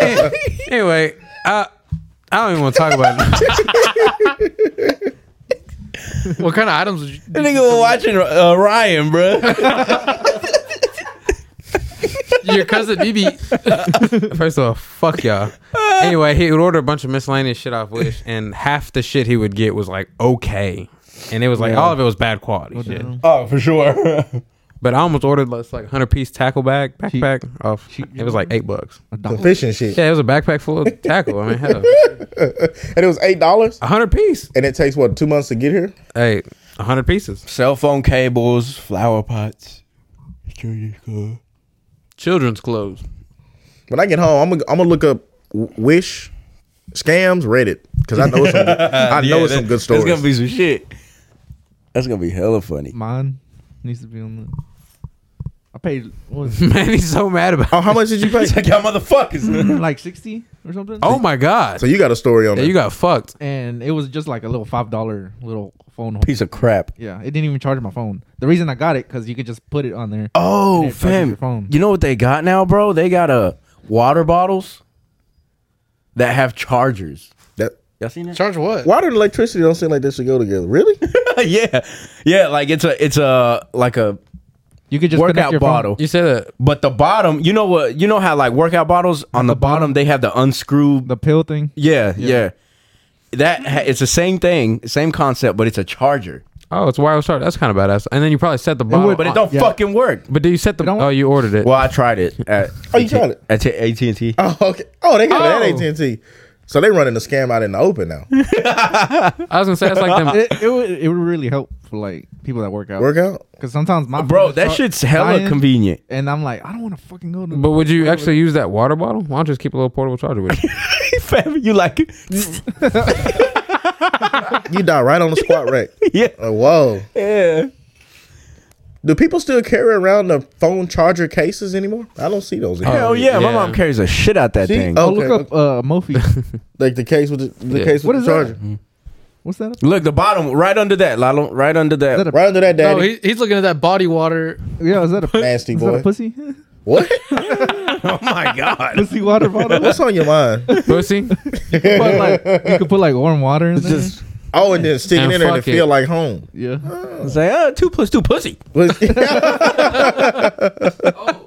Speaker 4: Eh, anyway, I I don't even want to talk about it.
Speaker 5: What kind of items? Would you,
Speaker 1: That nigga was watching uh, Ryan, bro.
Speaker 5: your cousin BB?
Speaker 4: First of all, fuck y'all. Anyway, he would order a bunch of miscellaneous shit off Wish, and half the shit he would get was like okay, and it was like all of it was bad quality shit.
Speaker 1: Oh, for sure.
Speaker 4: But I almost ordered this like hundred piece tackle bag backpack off. It was like eight bucks.
Speaker 3: The fishing shit,
Speaker 4: Yeah, it was a backpack full of tackle. I mean, hell,
Speaker 3: and it was eight dollars,
Speaker 4: a hundred piece.
Speaker 3: and it takes what two months to get here.
Speaker 4: Hey, a hundred pieces.
Speaker 1: Cell phone cables, flower pots. Junior school.
Speaker 4: Children's clothes.
Speaker 3: When I get home, I'm gonna I'm gonna look up w- Wish scams Reddit because I know it's some, I know it's some good stories.
Speaker 1: That's gonna be some shit. That's gonna be hella funny.
Speaker 2: Mine needs to be on the. I paid what was
Speaker 4: Man, he's so mad about.
Speaker 3: oh, how much did you pay?
Speaker 1: Check out motherfuckers.
Speaker 2: it, like sixty or something.
Speaker 4: Oh my god.
Speaker 3: so you got a story on
Speaker 4: yeah,
Speaker 3: that?
Speaker 4: you got fucked.
Speaker 2: and it was just like a little five dollar little phone.
Speaker 1: Piece of crap.
Speaker 2: Yeah, it didn't even charge my phone. The reason I got it because you could just put it on there.
Speaker 1: Oh,
Speaker 2: And it charges your
Speaker 1: fam.
Speaker 2: phone.
Speaker 1: You know what they got now, bro? They got uh, water bottles that have chargers.
Speaker 3: that
Speaker 1: Y'all seen that?
Speaker 5: Charge what?
Speaker 3: water and electricity don't seem like they should go together. Really?
Speaker 1: yeah. Yeah, like it's a it's a like a
Speaker 2: You could just connect
Speaker 1: workout
Speaker 2: your phone.
Speaker 1: bottle.
Speaker 4: You said that.
Speaker 1: But the bottom, you know what? You know how like workout bottles on the bottom they have the unscrew.
Speaker 2: the pill thing.
Speaker 1: yeah, yeah. That ha- it's the same thing, same concept, but it's a charger.
Speaker 4: Oh, it's wireless charger. That's kind of badass. And then you probably set the bottle.
Speaker 2: would- uh,
Speaker 1: But it
Speaker 4: on-
Speaker 1: don't
Speaker 2: Yeah.
Speaker 1: fucking work.
Speaker 4: But do you set the?
Speaker 2: don't-
Speaker 4: Oh, you ordered it.
Speaker 1: Well, I tried it at
Speaker 3: Oh, you tried it?
Speaker 1: at AT and T.
Speaker 3: Oh, okay. Oh, they got
Speaker 4: Oh.
Speaker 3: it at AT and T. So they running the scam out in the open now.
Speaker 4: I was gonna say it's like them.
Speaker 2: It, it would it would really help for like people that work out.
Speaker 3: Workout.
Speaker 2: Because sometimes my phone
Speaker 1: Bro,
Speaker 2: is
Speaker 1: that
Speaker 2: char-
Speaker 1: shit's hella
Speaker 2: dying,
Speaker 1: convenient.
Speaker 2: And I'm like, I don't want to fucking go to.
Speaker 4: But would you actually use that water bottle? Why don't you just keep a little portable charger with you?
Speaker 1: Fam, you like
Speaker 3: You die right on the squat rack.
Speaker 1: Yeah.
Speaker 3: Oh, whoa.
Speaker 1: Yeah.
Speaker 3: Do people still carry around the phone charger cases anymore? I don't see those anymore.
Speaker 1: Hell Oh, yeah, my
Speaker 4: yeah.
Speaker 1: mom carries a shit out that
Speaker 3: See?
Speaker 1: thing.
Speaker 2: Oh,
Speaker 3: Okay,
Speaker 2: look up uh, Mophie.
Speaker 3: Like the case with the, the
Speaker 4: Yeah.
Speaker 3: case with
Speaker 2: What
Speaker 3: the
Speaker 2: is that?
Speaker 3: charger.
Speaker 2: What's that? Up?
Speaker 1: Look, the bottom, right under that, Lalo, right under that.
Speaker 2: Is that a,
Speaker 3: Right under that, daddy.
Speaker 5: No, he, he's looking at that body water.
Speaker 2: yeah, is that a
Speaker 3: Nasty
Speaker 2: is
Speaker 3: boy.
Speaker 2: That a pussy?
Speaker 3: what?
Speaker 1: oh my god!
Speaker 2: pussy water bottle.
Speaker 3: What's on your mind?
Speaker 4: Pussy.
Speaker 2: But, like, you could put like warm water in there.
Speaker 1: Just
Speaker 3: Oh, and then stick it
Speaker 4: And
Speaker 3: in there to
Speaker 4: fuck it.
Speaker 3: feel like home.
Speaker 2: yeah.
Speaker 1: say, uh, two plus two, pussy.
Speaker 3: But-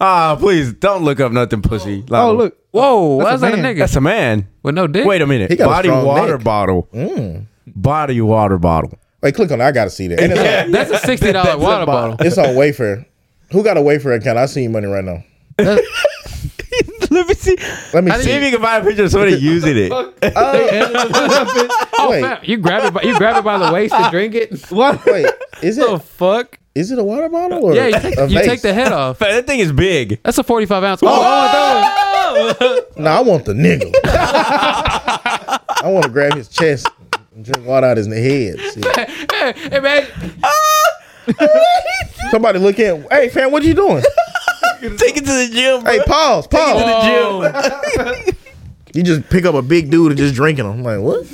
Speaker 1: Ah, please don't look up nothing, pussy. Lalo.
Speaker 2: Oh look.
Speaker 4: Whoa,
Speaker 2: That's
Speaker 4: why's
Speaker 2: a
Speaker 4: that a
Speaker 2: man.
Speaker 4: nigga
Speaker 1: that's a man.
Speaker 4: with no dick?
Speaker 1: Wait a minute,
Speaker 3: He got a
Speaker 1: body
Speaker 3: strong
Speaker 1: water
Speaker 3: neck.
Speaker 1: bottle,
Speaker 3: Mm.
Speaker 1: body water bottle.
Speaker 3: Wait, click on that. I gotta see that. And it's, on,
Speaker 4: That's a sixty dollar water bottle.
Speaker 3: it's on Wayfair. Who got a Wayfair account? I see you money right now.
Speaker 1: Let me see.
Speaker 3: Let me
Speaker 1: See if
Speaker 3: see.
Speaker 1: you can find a picture of somebody using it.
Speaker 3: Wait,
Speaker 4: You grab it. By, you grab it by the waist and drink it.
Speaker 2: What?
Speaker 3: wait. Is
Speaker 4: The
Speaker 3: it
Speaker 4: fuck?
Speaker 3: is it a water bottle or
Speaker 4: Oh. Yeah, you
Speaker 3: a
Speaker 4: take, you
Speaker 3: vase?
Speaker 4: take the head off.
Speaker 1: Fam, that thing is big.
Speaker 4: That's a forty-five ounce. Oh, oh,
Speaker 3: No, I want the nigga. I want to grab his chest and drink water out his head. shit.
Speaker 1: oh.
Speaker 4: no. Hey, man.
Speaker 3: Somebody look in. Hey, fam, what you doing?
Speaker 1: Take it to the gym. Bro.
Speaker 3: Hey, pause, pause.
Speaker 4: Oh.
Speaker 3: You just pick up a big dude and just drinking him. I'm like, what?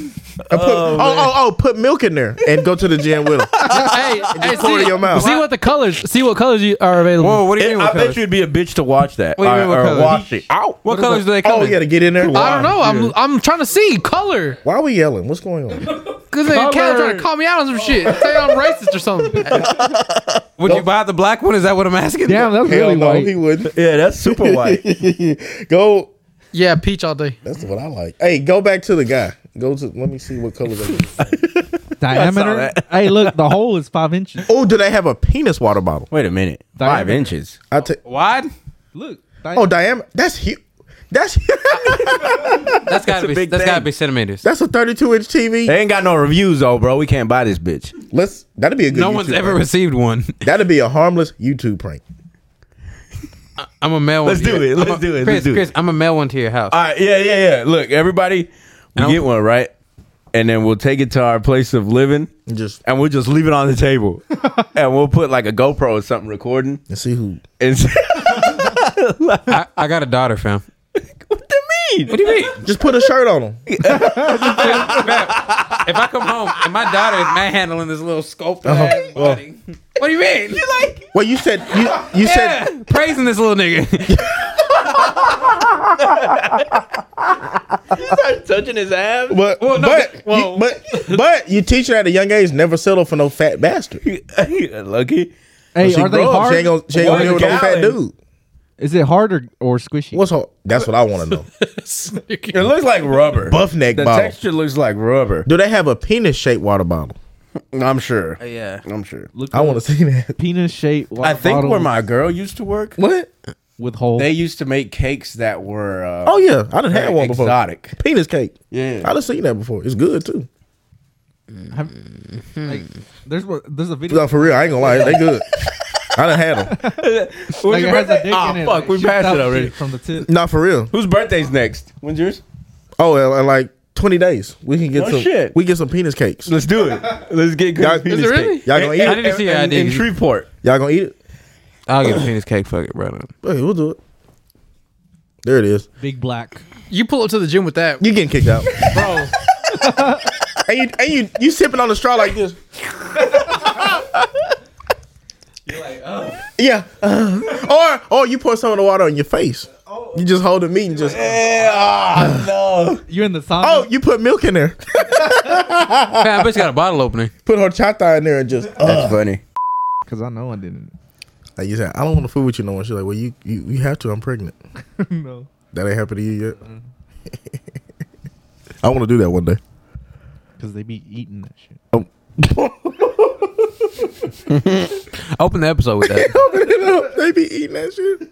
Speaker 3: I put, oh, oh, oh, put milk in there and go to the gym with him.
Speaker 5: hey, hey
Speaker 3: pour it
Speaker 5: see,
Speaker 3: in your mouth.
Speaker 5: see what the colors. See what colors you are available.
Speaker 4: Whoa, Oh, what do you
Speaker 1: It-
Speaker 4: mean?
Speaker 1: I
Speaker 4: What
Speaker 1: bet
Speaker 4: colors?
Speaker 1: you'd be a bitch to watch that
Speaker 4: What do you mean, what
Speaker 1: or, or
Speaker 4: colors?
Speaker 1: watch it.
Speaker 3: Ow.
Speaker 4: What colors do they come
Speaker 3: Oh,
Speaker 4: in?
Speaker 3: yeah, to get in there.
Speaker 5: I don't know. I'm I'm trying to see color
Speaker 3: Why are we yelling? What's going on?
Speaker 5: because they can't
Speaker 4: Color.
Speaker 5: trying to call me out on some shit. Say I'm racist or something.
Speaker 4: Would you buy the black one? Is that what I'm asking?
Speaker 2: Damn, that's
Speaker 3: Hell
Speaker 2: really
Speaker 3: no,
Speaker 2: white.
Speaker 3: he wouldn't.
Speaker 1: Yeah, that's super white.
Speaker 3: go.
Speaker 5: Yeah, peach all day.
Speaker 3: That's what I like. Hey, go back to the guy. Go to. Let me see what color they.
Speaker 2: Diameter.
Speaker 1: that.
Speaker 2: hey, look, the hole is five inches.
Speaker 3: Oh, do they have a penis water bottle?
Speaker 1: Wait a minute, five
Speaker 2: Diameter.
Speaker 1: inches.
Speaker 3: I take.
Speaker 4: Wide?
Speaker 2: Look.
Speaker 3: Oh, diameter. That's huge. That's
Speaker 4: That's gotta
Speaker 1: a
Speaker 4: be.
Speaker 1: big
Speaker 4: That's
Speaker 1: thing.
Speaker 4: gotta be centimeters.
Speaker 3: that's a 32 inch TV.
Speaker 1: They ain't got no reviews though, bro. We can't buy this bitch.
Speaker 3: Let's. That'd be a good.
Speaker 4: No
Speaker 3: YouTube
Speaker 4: one's
Speaker 3: prank.
Speaker 4: ever received one.
Speaker 3: That'd be a harmless YouTube prank.
Speaker 4: I'm a mail.
Speaker 1: Let's
Speaker 4: one
Speaker 1: do
Speaker 4: to your-
Speaker 1: it.
Speaker 4: I'm
Speaker 1: Let's
Speaker 4: a-
Speaker 1: do it.
Speaker 4: Chris,
Speaker 1: Let's do it.
Speaker 4: Chris, I'm a mail one to your house.
Speaker 1: All right, yeah, yeah, yeah. Look, everybody, we
Speaker 4: don't-
Speaker 1: get one right, and then we'll take it to our place of living,
Speaker 3: Just
Speaker 1: and we'll just leave it on the table, and we'll put like a GoPro or something recording,
Speaker 3: and see who.
Speaker 1: and
Speaker 4: I, I got a daughter, fam.
Speaker 1: What do you mean?
Speaker 4: What do you mean?
Speaker 3: Just put a shirt on him.
Speaker 4: if I come home and my daughter is manhandling this little sculpted
Speaker 1: Oh,
Speaker 4: ass
Speaker 3: well.
Speaker 4: body, what do you mean? You like
Speaker 3: Well, you said you you
Speaker 4: yeah,
Speaker 3: said
Speaker 4: praising this little nigga?
Speaker 1: Start touching his abs.
Speaker 3: but
Speaker 4: Well, no,
Speaker 3: but,
Speaker 4: that- well-
Speaker 3: you, but but you teach her at a young age never settle for no fat bastard.
Speaker 1: Lucky.
Speaker 2: Hey,
Speaker 3: She
Speaker 2: are they
Speaker 3: grow up,
Speaker 2: hard?
Speaker 3: She ain't gonna, she ain't
Speaker 1: Why
Speaker 3: gonna deal with no fat
Speaker 1: gallon?
Speaker 3: dude.
Speaker 2: Is it hard or, or squishy?
Speaker 3: What's hard? That's what I want to know.
Speaker 1: It looks like rubber.
Speaker 3: Buff neck
Speaker 1: the
Speaker 3: bottle.
Speaker 1: texture looks like rubber.
Speaker 3: Do they have a penis shaped water bottle?
Speaker 1: I'm sure.
Speaker 4: yeah.
Speaker 1: I'm sure.
Speaker 2: Look
Speaker 3: I want to see that.
Speaker 2: penis shaped.
Speaker 1: I think where my girl used to work,
Speaker 3: What?
Speaker 2: with hole.
Speaker 1: they used to make cakes that were uh,
Speaker 3: Oh yeah, I done had one before.
Speaker 1: exotic.
Speaker 3: Penis cake.
Speaker 1: Yeah.
Speaker 3: I done seen that before. It's good too.
Speaker 2: Have- like, there's one- there's a video.
Speaker 3: No, for real, I ain't gonna lie, they good. I done had them.
Speaker 2: Like, it has a dick
Speaker 1: Ah,
Speaker 2: in it.
Speaker 1: fuck,
Speaker 2: like,
Speaker 1: we
Speaker 2: shoots
Speaker 1: passed
Speaker 2: out
Speaker 1: it already.
Speaker 2: shit From the tip.
Speaker 3: Not for real.
Speaker 1: Whose birthday's next? When's yours?
Speaker 3: Oh, and, and like twenty days, we can get
Speaker 1: No
Speaker 3: some.
Speaker 1: shit.
Speaker 3: We get some penis cakes.
Speaker 1: Let's do it. Let's get
Speaker 3: Y'all-
Speaker 1: good.
Speaker 5: Is it really?
Speaker 3: Y'all gonna eat
Speaker 4: I
Speaker 3: it?
Speaker 4: didn't see your
Speaker 1: in, in
Speaker 4: ID.
Speaker 1: Shreveport.
Speaker 3: Y'all gonna eat it?
Speaker 4: I'll get a penis cake. Fuck it, bro.
Speaker 3: Okay, we'll do it. There it is.
Speaker 2: Big black.
Speaker 5: You pull up to the gym with that,
Speaker 3: You getting kicked out,
Speaker 5: bro.
Speaker 3: and you and you you sipping on the straw like this. You're like, oh. Yeah, or or you pour some of the water on your face. You just hold the meat and just.
Speaker 1: Yeah, no.
Speaker 2: You in the sauna?
Speaker 3: Oh, you put milk in there.
Speaker 4: Fam, I bet you got a bottle opener.
Speaker 3: Put horchata in there and just. Uh.
Speaker 1: That's funny.
Speaker 2: because I know I didn't.
Speaker 3: Like you said, I don't want to fool with you no more. She's like, well, you, you you have to. I'm pregnant.
Speaker 2: no.
Speaker 3: That ain't happened to you yet. Mm-hmm. I want to do that one day.
Speaker 2: Because they be eating that shit.
Speaker 4: Open the episode with that.
Speaker 3: Open it up. They be eating that shit.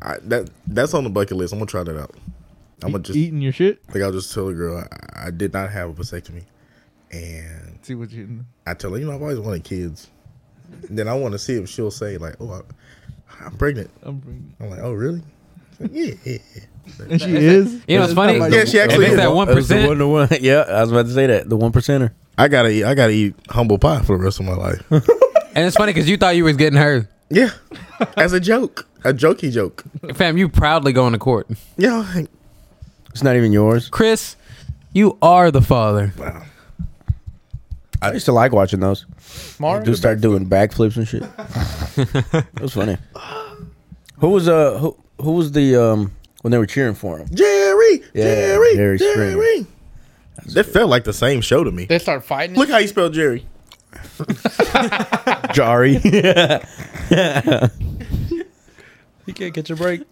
Speaker 3: I, that that's on the bucket list. I'm gonna try that out. I'm gonna just
Speaker 2: eating your shit.
Speaker 3: like I'll just tell the girl I, I did not have a vasectomy, and
Speaker 2: See what you.
Speaker 3: I tell her you know I've always wanted kids. And then I want to see if she'll say like, oh, I, I'm pregnant.
Speaker 2: I'm bringing.
Speaker 3: I'm like, oh, really? She's like, yeah, yeah, yeah.
Speaker 2: And she is.
Speaker 4: You know what's funny?
Speaker 3: Yeah, she actually
Speaker 4: If it's
Speaker 3: is.
Speaker 4: that one percent.
Speaker 1: to one. Yeah, I was about to say that. The one percenter.
Speaker 3: I gotta eat. I gotta eat humble pie for the rest of my life.
Speaker 4: And it's funny because you thought you was getting her.
Speaker 3: yeah, as a joke, a jokey joke.
Speaker 4: Fam, you proudly going to court.
Speaker 3: Yeah, I-
Speaker 1: It's not even yours.
Speaker 4: Chris, you are the father.
Speaker 3: wow.
Speaker 1: I used to like watching those.
Speaker 5: Mark,
Speaker 1: Do start doing backflips and shit. it was funny. Who was uh who who was the um when they were cheering for him?
Speaker 3: Jerry,
Speaker 1: Yeah,
Speaker 3: Jerry,
Speaker 1: Jerry
Speaker 3: Jerry.
Speaker 1: Springer.
Speaker 3: That felt like the same show to me.
Speaker 5: they start fighting.
Speaker 3: Look how you spell Jerry.
Speaker 1: Jari.
Speaker 5: you can't catch a break.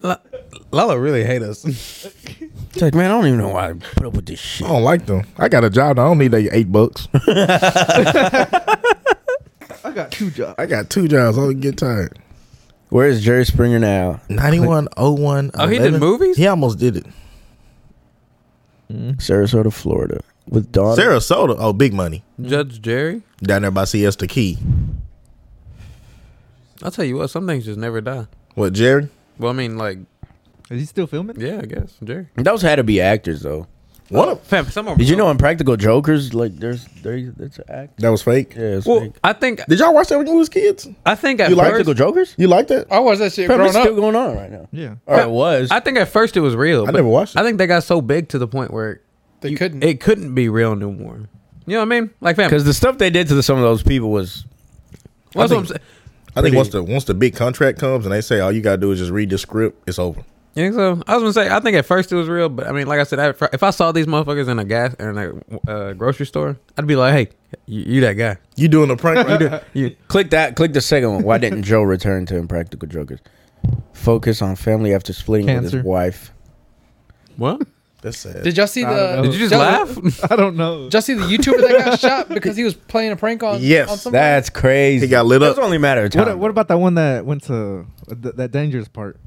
Speaker 4: Lala really hate us.
Speaker 1: it's like, man, I don't even know why I put up with this shit.
Speaker 3: I don't like them. I got a job. I don't need that eight bucks.
Speaker 2: I got two jobs.
Speaker 3: I got two jobs. I don't get tired.
Speaker 1: Where is Jerry Springer now?
Speaker 3: Ninety-one, oh one.
Speaker 4: Oh, he did 11. movies?
Speaker 3: He almost did it.
Speaker 1: Mm-hmm. Sarasota, Florida. With Don
Speaker 3: Sarasota. Oh, big money
Speaker 4: Judge Jerry?
Speaker 3: down there by Siesta Key.
Speaker 4: I'll tell you what, some things just never die.
Speaker 3: What Jerry?
Speaker 4: Well, I mean, like,
Speaker 2: Is he still filming?
Speaker 4: yeah, I guess. Jerry.
Speaker 1: Those had to be actors though.
Speaker 3: One of
Speaker 4: Fam, some are
Speaker 1: Did you know in Practical Jokers, like there's there that's an act.
Speaker 3: that was fake.
Speaker 1: Yeah, it's
Speaker 4: Well,
Speaker 1: like-
Speaker 4: I think
Speaker 3: Did y'all watch that when you was kids?
Speaker 4: I think at
Speaker 3: You like
Speaker 4: first,
Speaker 1: Practical Jokers?
Speaker 3: You like that?
Speaker 5: I watched that shit
Speaker 1: Fam,
Speaker 5: growing
Speaker 1: it's still
Speaker 5: up.
Speaker 1: going on right now.
Speaker 2: Yeah.
Speaker 1: Or it was.
Speaker 4: I think at first it was real.
Speaker 3: I
Speaker 4: but
Speaker 3: never watched
Speaker 4: I
Speaker 3: it.
Speaker 4: think they got so big to the point where
Speaker 5: They couldn't.
Speaker 4: it couldn't be real no more. You know what I mean? Like, fam,
Speaker 1: Because the stuff they did to the, some of those people was
Speaker 4: well, that's
Speaker 3: I
Speaker 4: what I'm saying.
Speaker 3: think- I think once the once the big contract comes and they say all you gotta do is just read the script, it's over.
Speaker 4: You think so? I was gonna say I think at first it was real, but I mean, like I said, I, if I saw these motherfuckers in a gas or in a uh, grocery store, I'd be like, "Hey, you, you that guy?
Speaker 3: You doing a prank? right?
Speaker 4: You,
Speaker 1: Click that. Click the second one. Why didn't Joe return to Impractical Jokers? Focus on family after splitting with his
Speaker 2: Cancer.
Speaker 1: wife.
Speaker 4: what?
Speaker 3: That's sad.
Speaker 5: Did y'all see
Speaker 2: I
Speaker 5: the?
Speaker 2: don't know.
Speaker 4: Did you just
Speaker 5: y'all-
Speaker 4: laugh?
Speaker 2: I don't know.
Speaker 5: Did y'all see the YouTuber that got shot because he was playing a prank on?
Speaker 3: Yes,
Speaker 5: on somebody?
Speaker 1: That's crazy.
Speaker 3: He got lit
Speaker 1: It's
Speaker 3: up.
Speaker 1: only a matter of time.
Speaker 2: what, what about that one that went to uh, th- that dangerous part,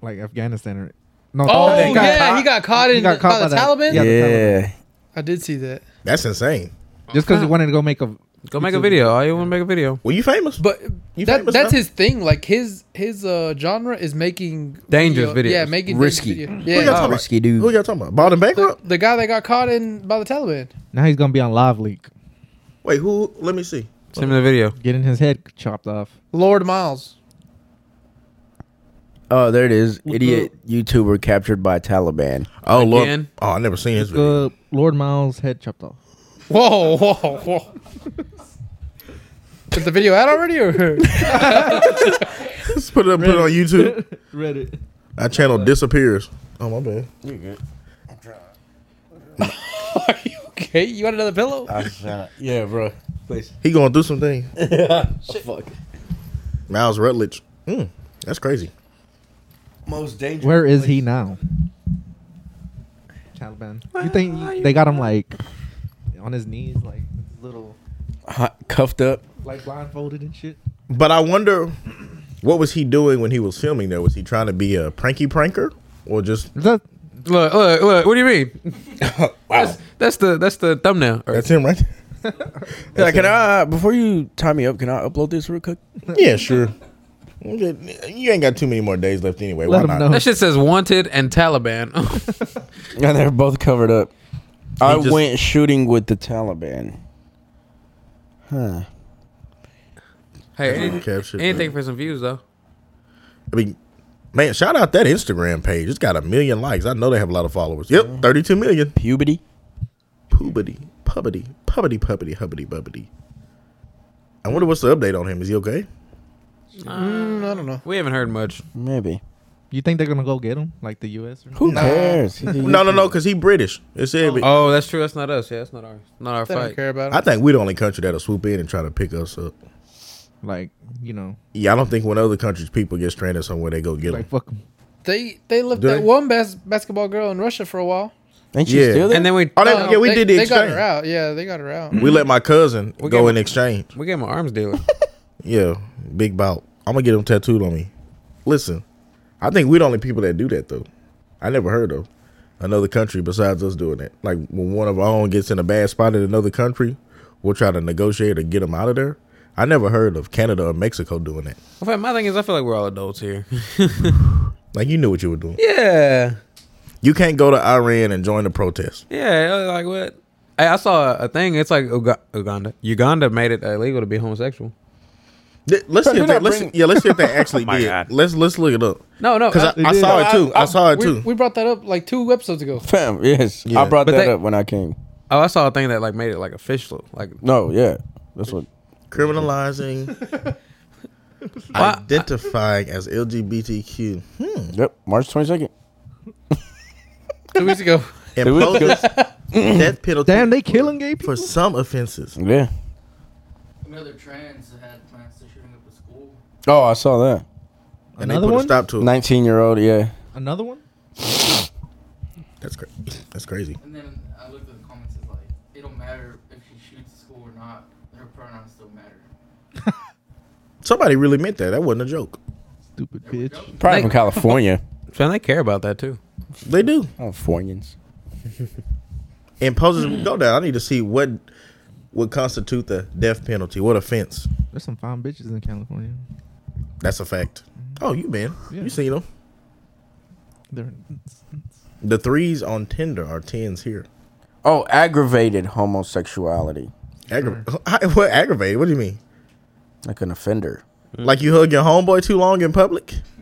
Speaker 2: like Afghanistan or no?
Speaker 5: Oh,
Speaker 2: Taliban.
Speaker 5: yeah, he got caught in by the
Speaker 2: that.
Speaker 5: Taliban?
Speaker 2: Yeah, the Taliban.
Speaker 1: yeah.
Speaker 5: I did see that.
Speaker 3: That's insane.
Speaker 2: just because he wanted to go make a
Speaker 4: Go make a video. All you want to make a video?
Speaker 3: Were you famous?
Speaker 5: But
Speaker 3: You
Speaker 5: that,
Speaker 3: famous
Speaker 5: that's
Speaker 3: now?
Speaker 5: his thing. Like his his uh, genre is making
Speaker 4: Dangerous
Speaker 5: video- Yeah,
Speaker 4: videos.
Speaker 5: making
Speaker 1: Risky.
Speaker 5: dangerous
Speaker 3: Who
Speaker 5: Video.
Speaker 3: y'all
Speaker 5: Yeah,
Speaker 3: talking about?
Speaker 1: risky dude.
Speaker 3: Who y'all talking about? Bald and
Speaker 5: the,
Speaker 3: bankrupt?
Speaker 5: the guy that got caught in by the Taliban.
Speaker 2: Now he's gonna be on live leak,
Speaker 3: Wait, who? Let me see.
Speaker 4: Send me the video.
Speaker 2: getting his head chopped off.
Speaker 5: Lord Miles.
Speaker 1: Oh, there it is. Idiot YouTuber captured by Taliban.
Speaker 3: Oh Lord!
Speaker 4: Again?
Speaker 3: Oh, I never seen his video.
Speaker 2: Uh, Lord Miles head chopped off.
Speaker 5: Whoa, whoa, whoa. Is the video out already? Or?
Speaker 3: Let's put it up, put it on YouTube.
Speaker 2: Reddit.
Speaker 3: Our channel disappears. Oh my bad.
Speaker 5: Are you okay? You want another pillow?
Speaker 1: Yeah, bro. Please.
Speaker 3: He going through some things.
Speaker 4: Oh,
Speaker 1: Fuck.
Speaker 3: Miles Rutledge. Mm, that's crazy.
Speaker 1: Most dangerous.
Speaker 2: Where is he now? Taliban. You think they got him like on his knees, like little,
Speaker 1: Hot, cuffed up.
Speaker 2: like blindfolded and shit?
Speaker 3: But I wonder, what was he doing when he was filming there? Was he trying to be a pranky pranker or just?
Speaker 2: Is that
Speaker 4: Look, look, look. What do you mean?
Speaker 3: Wow,
Speaker 4: That's the that's the thumbnail. Or-
Speaker 3: that's him right. there.
Speaker 1: Yeah, can I uh, before you tie me up? Can I upload this real quick?
Speaker 3: Yeah, sure. You ain't got too many more days left anyway.
Speaker 2: Let
Speaker 3: Why
Speaker 2: him
Speaker 3: not?
Speaker 2: know.
Speaker 4: that shit says wanted and Taliban.
Speaker 1: Yeah, they're both covered up. I
Speaker 3: just-
Speaker 1: went shooting with the Taliban. Huh.
Speaker 4: hey, any-
Speaker 3: Capture that.
Speaker 4: anything for some views though.
Speaker 3: I mean, man, shout out that Instagram page. It's got a million likes. I know they have a lot of followers.
Speaker 4: Mm-hmm.
Speaker 3: Yep, thirty-two million.
Speaker 1: Puberty.
Speaker 3: Poobity, pubbity, pubbity, pubbity, hubbity, bubbity. I wonder what's the update on him. Is he okay?
Speaker 5: Mm, I don't know.
Speaker 4: We haven't heard much.
Speaker 1: Maybe.
Speaker 2: you think they're gonna go get him, like the U.S. Or
Speaker 1: Who cares?
Speaker 3: No, no, no, because he British. It said.
Speaker 4: Oh, that's true. That's not us. Yeah, that's not our not our
Speaker 5: They don't
Speaker 4: fight.
Speaker 5: care about
Speaker 3: I
Speaker 5: it.
Speaker 3: think we're the only country that'll swoop in and try to pick us up.
Speaker 2: like you know,
Speaker 3: Yeah, I don't think when other countries' people get stranded somewhere, they go get them.
Speaker 2: like fuck him.
Speaker 5: They they left
Speaker 3: Do
Speaker 5: that
Speaker 3: they?
Speaker 5: one bas- basketball girl in Russia for a while.
Speaker 1: Ain't you
Speaker 3: Yeah.
Speaker 1: still there?
Speaker 4: And then we
Speaker 3: Oh, they,
Speaker 5: No,
Speaker 3: yeah, we
Speaker 5: they-
Speaker 3: did the
Speaker 5: They got
Speaker 3: exchange.
Speaker 5: her out. Yeah, they got her out.
Speaker 3: We let my cousin
Speaker 4: We
Speaker 3: go
Speaker 4: gave
Speaker 3: in
Speaker 4: him-
Speaker 3: exchange.
Speaker 4: we gave him an arms dealer.
Speaker 3: Yeah, big bout. I'm gonna get him tattooed on me. Listen, I think we're the only people that do that though. I never heard of another country besides us doing that. Like when one of our own gets in a bad spot in another country, we'll try to negotiate or get them out of there. I never heard of Canada or Mexico doing that.
Speaker 4: In fact, my thing is, I feel like we're all adults here.
Speaker 3: Like you knew what you were doing.
Speaker 4: yeah,
Speaker 3: You can't go to Iran and join the protest.
Speaker 4: yeah. Like what? Hey, I saw a thing. It's like Uga- Uganda. Uganda made it illegal to be homosexual.
Speaker 3: Th- Let's see
Speaker 1: They're
Speaker 3: if they,
Speaker 1: not
Speaker 3: let's,
Speaker 1: bringing-
Speaker 3: yeah, let's see if they actually
Speaker 1: my
Speaker 3: did.
Speaker 1: God.
Speaker 3: Let's let's look it up
Speaker 4: No, uh, no.
Speaker 3: because
Speaker 4: I-
Speaker 3: I, I
Speaker 2: did.
Speaker 3: saw it too. I, saw it
Speaker 5: we,
Speaker 3: too.
Speaker 5: we brought that up like two episodes ago.
Speaker 1: Fam, yes.
Speaker 3: Yeah.
Speaker 1: I brought
Speaker 4: But
Speaker 1: that
Speaker 4: they-
Speaker 1: up when I came.
Speaker 4: oh, I saw a thing that like made it like official. Like
Speaker 1: No, yeah. That's what.
Speaker 3: Criminalizing,
Speaker 4: Why-
Speaker 3: identifying as LGBTQ. Hmm.
Speaker 1: Yep. March 22nd.
Speaker 5: Two weeks ago.
Speaker 3: imposes death penalty
Speaker 2: Damn, they killing gay people.
Speaker 3: for some offenses.
Speaker 1: Yeah.
Speaker 6: Another trans had plans to shooting up a school.
Speaker 1: Oh, I saw that.
Speaker 3: And
Speaker 2: Another
Speaker 3: they put
Speaker 2: one?
Speaker 3: a stop to it.
Speaker 1: 19 year old, yeah.
Speaker 2: Another one?
Speaker 3: That's crazy. That's crazy.
Speaker 6: And then I looked at the comments, it's like, it don't matter if she shoots the school or not, her pronouns still matter.
Speaker 3: Somebody really meant that. That wasn't a joke.
Speaker 2: Stupid bitch.
Speaker 1: Probably
Speaker 4: Like-
Speaker 1: from California. Oh,
Speaker 4: Man, they care about that too.
Speaker 3: They do.
Speaker 1: Californians.
Speaker 3: Imposes
Speaker 2: Mm.
Speaker 3: go down. I need to see what would constitute the death penalty. What offense?
Speaker 2: There's some fine bitches in California.
Speaker 3: That's a fact. Oh, you been?
Speaker 2: Yeah.
Speaker 3: You seen them?
Speaker 2: They're
Speaker 3: The threes on Tinder are tens here.
Speaker 1: Oh, aggravated homosexuality.
Speaker 3: Aggra- How- what aggravated? What do you mean?
Speaker 1: Like an offender.
Speaker 3: Like you hug your homeboy too long in public?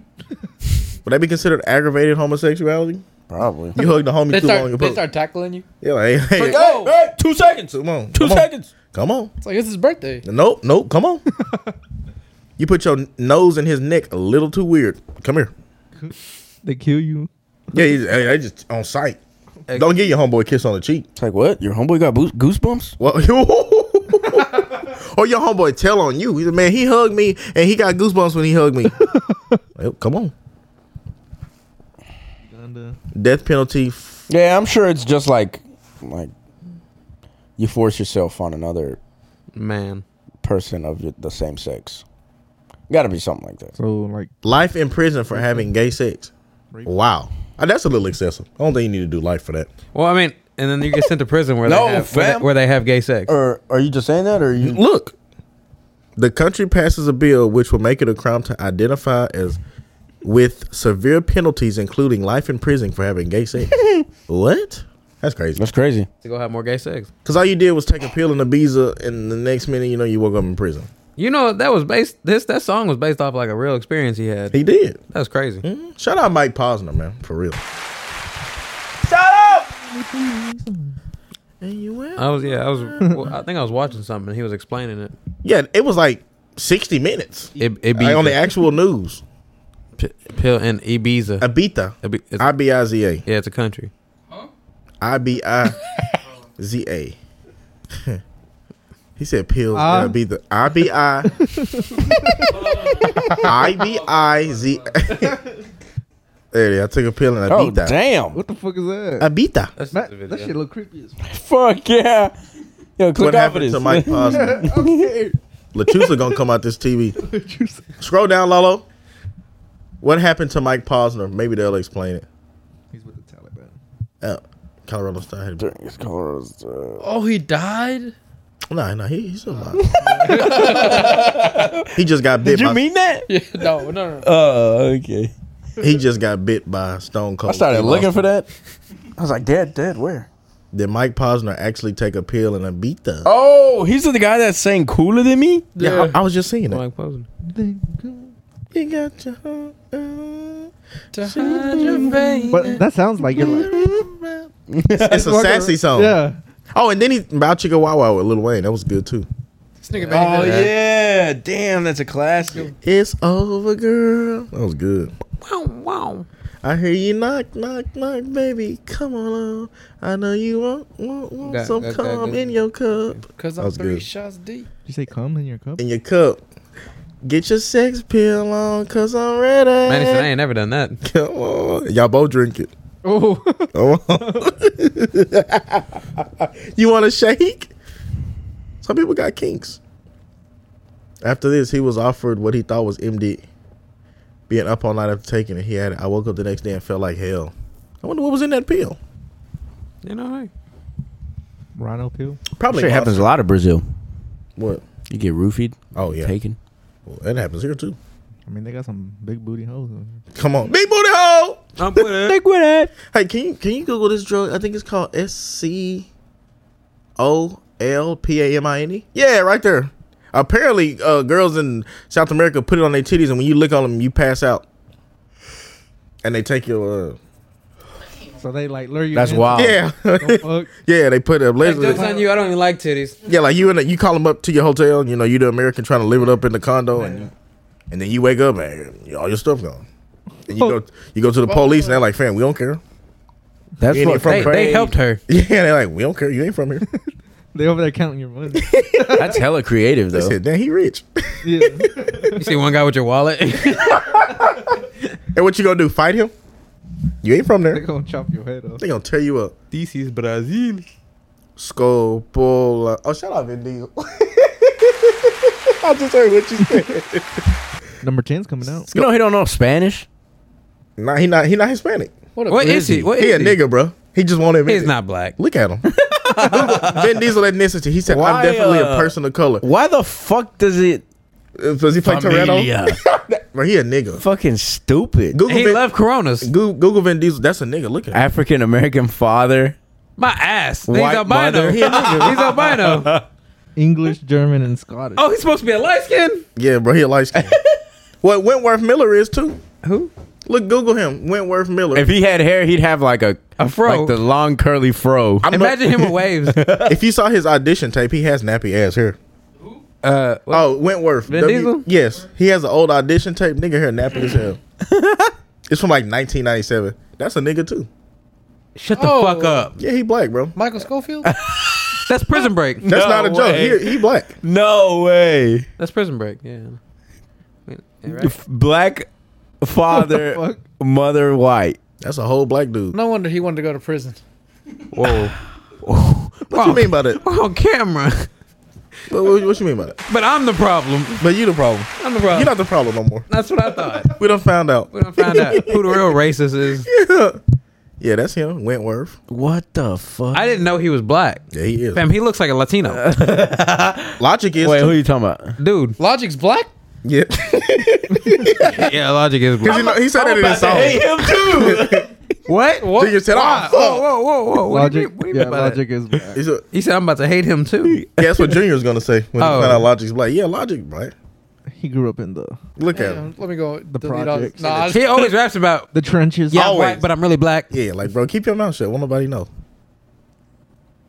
Speaker 3: Would that be considered aggravated homosexuality?
Speaker 1: Probably.
Speaker 3: You hug the homie
Speaker 5: They
Speaker 3: too long in
Speaker 5: start they
Speaker 3: public.
Speaker 5: start tackling you.
Speaker 3: yeah, like, hey, hey,
Speaker 1: Go! Hey, two seconds!
Speaker 3: come on,
Speaker 1: Two
Speaker 3: come on,
Speaker 1: seconds!
Speaker 3: come on.
Speaker 5: It's like it's his birthday.
Speaker 3: Nope, nope. Come on. you put your nose in his neck a little too weird. Come here.
Speaker 2: they kill you.
Speaker 3: Yeah, he's, hey, they just on sight.
Speaker 4: Hey.
Speaker 3: Don't give your homeboy a kiss on the cheek.
Speaker 1: It's like, what? Your homeboy got boo- goosebumps?
Speaker 3: Well, or your homeboy tell on you. He's like, man, he hugged me and he got goosebumps when he hugged me. Well, come on.
Speaker 2: Uganda.
Speaker 3: Death penalty. f-
Speaker 1: Yeah, I'm sure it's just like, like, you force yourself on another
Speaker 4: Man,
Speaker 1: person of y- the same sex. Gotta be something like that.
Speaker 2: So like
Speaker 3: Life in prison for having gay sex.
Speaker 2: Rape.
Speaker 3: Wow. Uh, That's a little excessive. I don't think you need to do life for that.
Speaker 4: well, I mean, and then you get sent to prison where
Speaker 1: No,
Speaker 4: they have, where,
Speaker 1: fam.
Speaker 4: they, where they have gay sex.
Speaker 1: Or are you just saying that, or you?
Speaker 3: Look, the country passes a bill which will make it a crime to identify as with severe penalties, including life in prison for having gay sex. what? That's crazy.
Speaker 1: That's crazy.
Speaker 4: to go have more gay sex.
Speaker 3: Because all you did was take a pill and a visa, and the next minute, you know, you woke up in prison.
Speaker 4: You know that was based. This that song was based off like a real experience he had.
Speaker 3: He did.
Speaker 4: That's crazy.
Speaker 3: Mhm. Shout out Mike Posner, man, for real.
Speaker 4: I was yeah. I was. well, I think I was watching something. and He was explaining it.
Speaker 3: Yeah, it was like sixty minutes
Speaker 4: It, it be
Speaker 3: like, on the actual news.
Speaker 4: pill and Ibiza.
Speaker 3: Ibiza,
Speaker 4: Ibi- it's-
Speaker 3: I B I Z A,
Speaker 4: yeah, it's a country.
Speaker 3: I B I Z A. He said pills.
Speaker 2: Uh.
Speaker 3: Uh, be the I B I I B I Z. There, it is. I took a pill and I
Speaker 1: Oh
Speaker 3: beat that.
Speaker 1: damn!
Speaker 2: What the fuck is
Speaker 3: I
Speaker 2: that?
Speaker 3: beat that.
Speaker 4: That's
Speaker 2: Matt,
Speaker 4: the video.
Speaker 2: that shit look creepy as fuck.
Speaker 1: Fuck yeah! Yo, click
Speaker 3: What
Speaker 1: off of
Speaker 3: happened
Speaker 1: this.
Speaker 3: to Mike Posner?
Speaker 2: okay.
Speaker 3: Latusa gonna come out this TV.
Speaker 2: What you say?
Speaker 3: Scroll down, Lolo. What happened to Mike Posner? Maybe they'll explain it.
Speaker 2: He's with the Taliban.
Speaker 3: Uh, Colorado State.
Speaker 1: It's called, uh,
Speaker 5: Oh, he died.
Speaker 3: No, no, he, he's alive. he just got bit.
Speaker 1: Did you
Speaker 3: by,
Speaker 1: mean that?
Speaker 5: Yeah, no, no, no.
Speaker 1: Oh, okay.
Speaker 3: He just got bit by Stone Cold.
Speaker 1: I started
Speaker 3: Steve
Speaker 1: looking
Speaker 3: Austin.
Speaker 1: for that. I was like, Dad, Dad, where?
Speaker 3: Did Mike Posner actually take a pill and a beat the?
Speaker 1: Oh, he's the guy that's saying cooler than me.
Speaker 3: yeah, I, I was just singing that.
Speaker 4: Mike Posner.
Speaker 3: You got your heart, uh,
Speaker 5: To hide your face.
Speaker 2: But that sounds like you're like
Speaker 3: It's a sassy song.
Speaker 2: yeah.
Speaker 3: Oh, and then he about Chicka Wawa with Lil Wayne. That was good too.
Speaker 5: This nigga back
Speaker 1: Oh
Speaker 5: there.
Speaker 1: yeah, damn, that's a classic.
Speaker 3: It's over, girl. That was good.
Speaker 4: Wow, wow.
Speaker 3: I hear you knock, knock, knock, baby. Come on, I know you want, want, want
Speaker 4: That-
Speaker 3: some
Speaker 4: that- that
Speaker 3: calm
Speaker 4: good.
Speaker 3: in your cup.
Speaker 5: Cause
Speaker 3: That
Speaker 5: I'm
Speaker 3: was
Speaker 5: three
Speaker 3: good.
Speaker 5: shots deep.
Speaker 2: You say come in your cup?
Speaker 3: in your cup. Get your sex pill on, cause I'm ready.
Speaker 4: Man, he said, I ain't never done that.
Speaker 3: Come on. Y'all both drink it.
Speaker 2: Oh,
Speaker 3: Come on. you want a shake? Some people got kinks. After this, he was offered what he thought was MD. Being up all night after taking it, he had it. I woke up the next day and felt like hell. I wonder what was in that pill.
Speaker 4: You know, hey.
Speaker 2: Rhino pill.
Speaker 1: That
Speaker 3: Probably
Speaker 1: shit happens a
Speaker 3: Monster.
Speaker 1: lot in Brazil.
Speaker 3: What?
Speaker 1: You get roofied,
Speaker 3: Oh yeah,
Speaker 1: taken.
Speaker 3: well, that happens here too.
Speaker 2: I mean, they got some big booty hoes. over here.
Speaker 3: Come on, big booty hole.
Speaker 4: I'm with it.
Speaker 1: Take with that.
Speaker 3: Hey, can you can you Google this drug? I think it's called S C O L P A M I N E. Yeah, right there. Apparently, uh, girls in South America put it on their titties, and when you lick on them, you pass out, and they take your. Uh,
Speaker 2: So they like lure you.
Speaker 1: That's
Speaker 2: in.
Speaker 1: wild.
Speaker 3: yeah,
Speaker 2: Don't fuck.
Speaker 3: yeah, they put it.
Speaker 4: Jokes on you. I don't even like titties.
Speaker 3: Yeah, like you in the, you call them up to your hotel. and, You know, you the American trying to live it up in the condo, and you, and then you wake up and you- all your stuff gone. And you go you go to the police, and they're like, "Fam, we don't care."
Speaker 1: That's
Speaker 3: You ain't
Speaker 1: what
Speaker 3: from
Speaker 4: They, they helped her.
Speaker 3: Yeah, they're like, "We don't care. You ain't from here."
Speaker 2: They over there counting your money.
Speaker 1: That's hella creative
Speaker 3: They
Speaker 1: though.
Speaker 3: said, "Damn, he rich."
Speaker 2: yeah.
Speaker 4: You see one guy with your wallet.
Speaker 3: And what you gonna do? Fight him? You ain't from
Speaker 2: They
Speaker 3: there.
Speaker 2: gonna chop your head off.
Speaker 3: They gonna tear you up.
Speaker 4: this is Brazil.
Speaker 3: Scopola. Oh, shut up, Vin Diesel. I just heard what you said.
Speaker 2: Number 10's coming out.
Speaker 1: You know he don't know Spanish.
Speaker 3: nah, he not. He not Hispanic.
Speaker 5: What a
Speaker 4: What is he? What is
Speaker 3: He a nigga, bro. He just won't admit
Speaker 4: He's
Speaker 3: it.
Speaker 4: not black.
Speaker 3: Look at him. Vin Diesel ethnicity. He said,
Speaker 1: Why,
Speaker 3: "I'm definitely
Speaker 1: uh,
Speaker 3: a person of color."
Speaker 1: Why the fuck does it?
Speaker 3: Uh, Does he play Toretto? Bro, he a nigga.
Speaker 1: Fucking stupid.
Speaker 3: Google
Speaker 4: He
Speaker 3: Vin,
Speaker 4: loved Coronas.
Speaker 3: Goo- Google Vin Diesel. That's a nigga. Look at him.
Speaker 1: African American father.
Speaker 4: My ass. He's
Speaker 1: White
Speaker 4: albino.
Speaker 1: mother.
Speaker 4: He's albino.
Speaker 2: English, German, and Scottish.
Speaker 4: Oh, he's supposed to be a light skin.
Speaker 3: Yeah, bro. He a light skin. what Wentworth Miller is too.
Speaker 4: Who?
Speaker 3: Look, Google him. Wentworth Miller.
Speaker 1: If he had hair, he'd have like a
Speaker 4: A fro.
Speaker 1: like the long curly fro.
Speaker 3: I'm not-
Speaker 4: Imagine him with waves.
Speaker 3: if you saw his audition tape, he has nappy ass hair.
Speaker 4: Uh, what-
Speaker 3: Oh, Wentworth.
Speaker 4: Vin Diesel?
Speaker 3: Yes, he has an old audition tape. Nigga hair nappy as hell. it's from like 1997. That's a nigga too.
Speaker 4: shut the
Speaker 5: Oh.
Speaker 4: fuck up.
Speaker 3: Yeah, he black, bro.
Speaker 5: Michael Schofield?
Speaker 4: That's Prison Break.
Speaker 3: That's
Speaker 1: No
Speaker 3: not a joke.
Speaker 1: way.
Speaker 3: He, he black.
Speaker 1: no way.
Speaker 4: That's Prison Break. Yeah. Yeah, right.
Speaker 1: F- Black father,
Speaker 2: fuck?
Speaker 1: mother white.
Speaker 3: That's a whole black dude.
Speaker 5: no wonder he wanted to go to prison.
Speaker 4: Whoa.
Speaker 3: What you mean by that?
Speaker 4: We're on camera,
Speaker 3: What, what, what you mean by that?
Speaker 4: but I'm the problem.
Speaker 3: But you the problem.
Speaker 4: I'm the problem.
Speaker 3: You're not the problem no more.
Speaker 4: That's what I thought.
Speaker 3: We done found out.
Speaker 4: We don't find out who the real racist is.
Speaker 3: Yeah, that's him. Wentworth.
Speaker 1: What the fuck?
Speaker 4: I didn't know he was black.
Speaker 3: Yeah, he is.
Speaker 4: Fam, he looks like a Latino
Speaker 3: Logic is.
Speaker 1: Wait,
Speaker 3: too.
Speaker 1: who you talking about?
Speaker 4: dude.
Speaker 5: Logic's black?
Speaker 3: yeah.
Speaker 4: Yeah, logic is
Speaker 3: Cause you
Speaker 4: black.
Speaker 3: know, he said that in his song.
Speaker 1: him too.
Speaker 4: What?
Speaker 5: What?
Speaker 3: Nigga said,
Speaker 4: Why?
Speaker 3: "Ah,
Speaker 4: Whoa,
Speaker 3: fuck."
Speaker 4: whoa, whoa, whoa! What do you
Speaker 2: Logic,
Speaker 4: mean, what do you
Speaker 2: yeah,
Speaker 4: mean by
Speaker 2: logic is bad.
Speaker 3: He said,
Speaker 4: that? He said, "I'm about to hate him too."
Speaker 3: Guess what Junior's gonna say when
Speaker 4: Oh.
Speaker 3: he found out Logic's black. Yeah, Logic black.
Speaker 2: He grew up in the
Speaker 3: Look at him.
Speaker 5: Damn, let me go. The delete all
Speaker 2: projects.
Speaker 5: Nah, I
Speaker 4: He always raps about,
Speaker 2: the trenches.
Speaker 4: "Yeah, I'm
Speaker 3: Always.
Speaker 4: white, but I'm really black."
Speaker 3: Yeah, like bro, keep your mouth shut. Won't nobody know.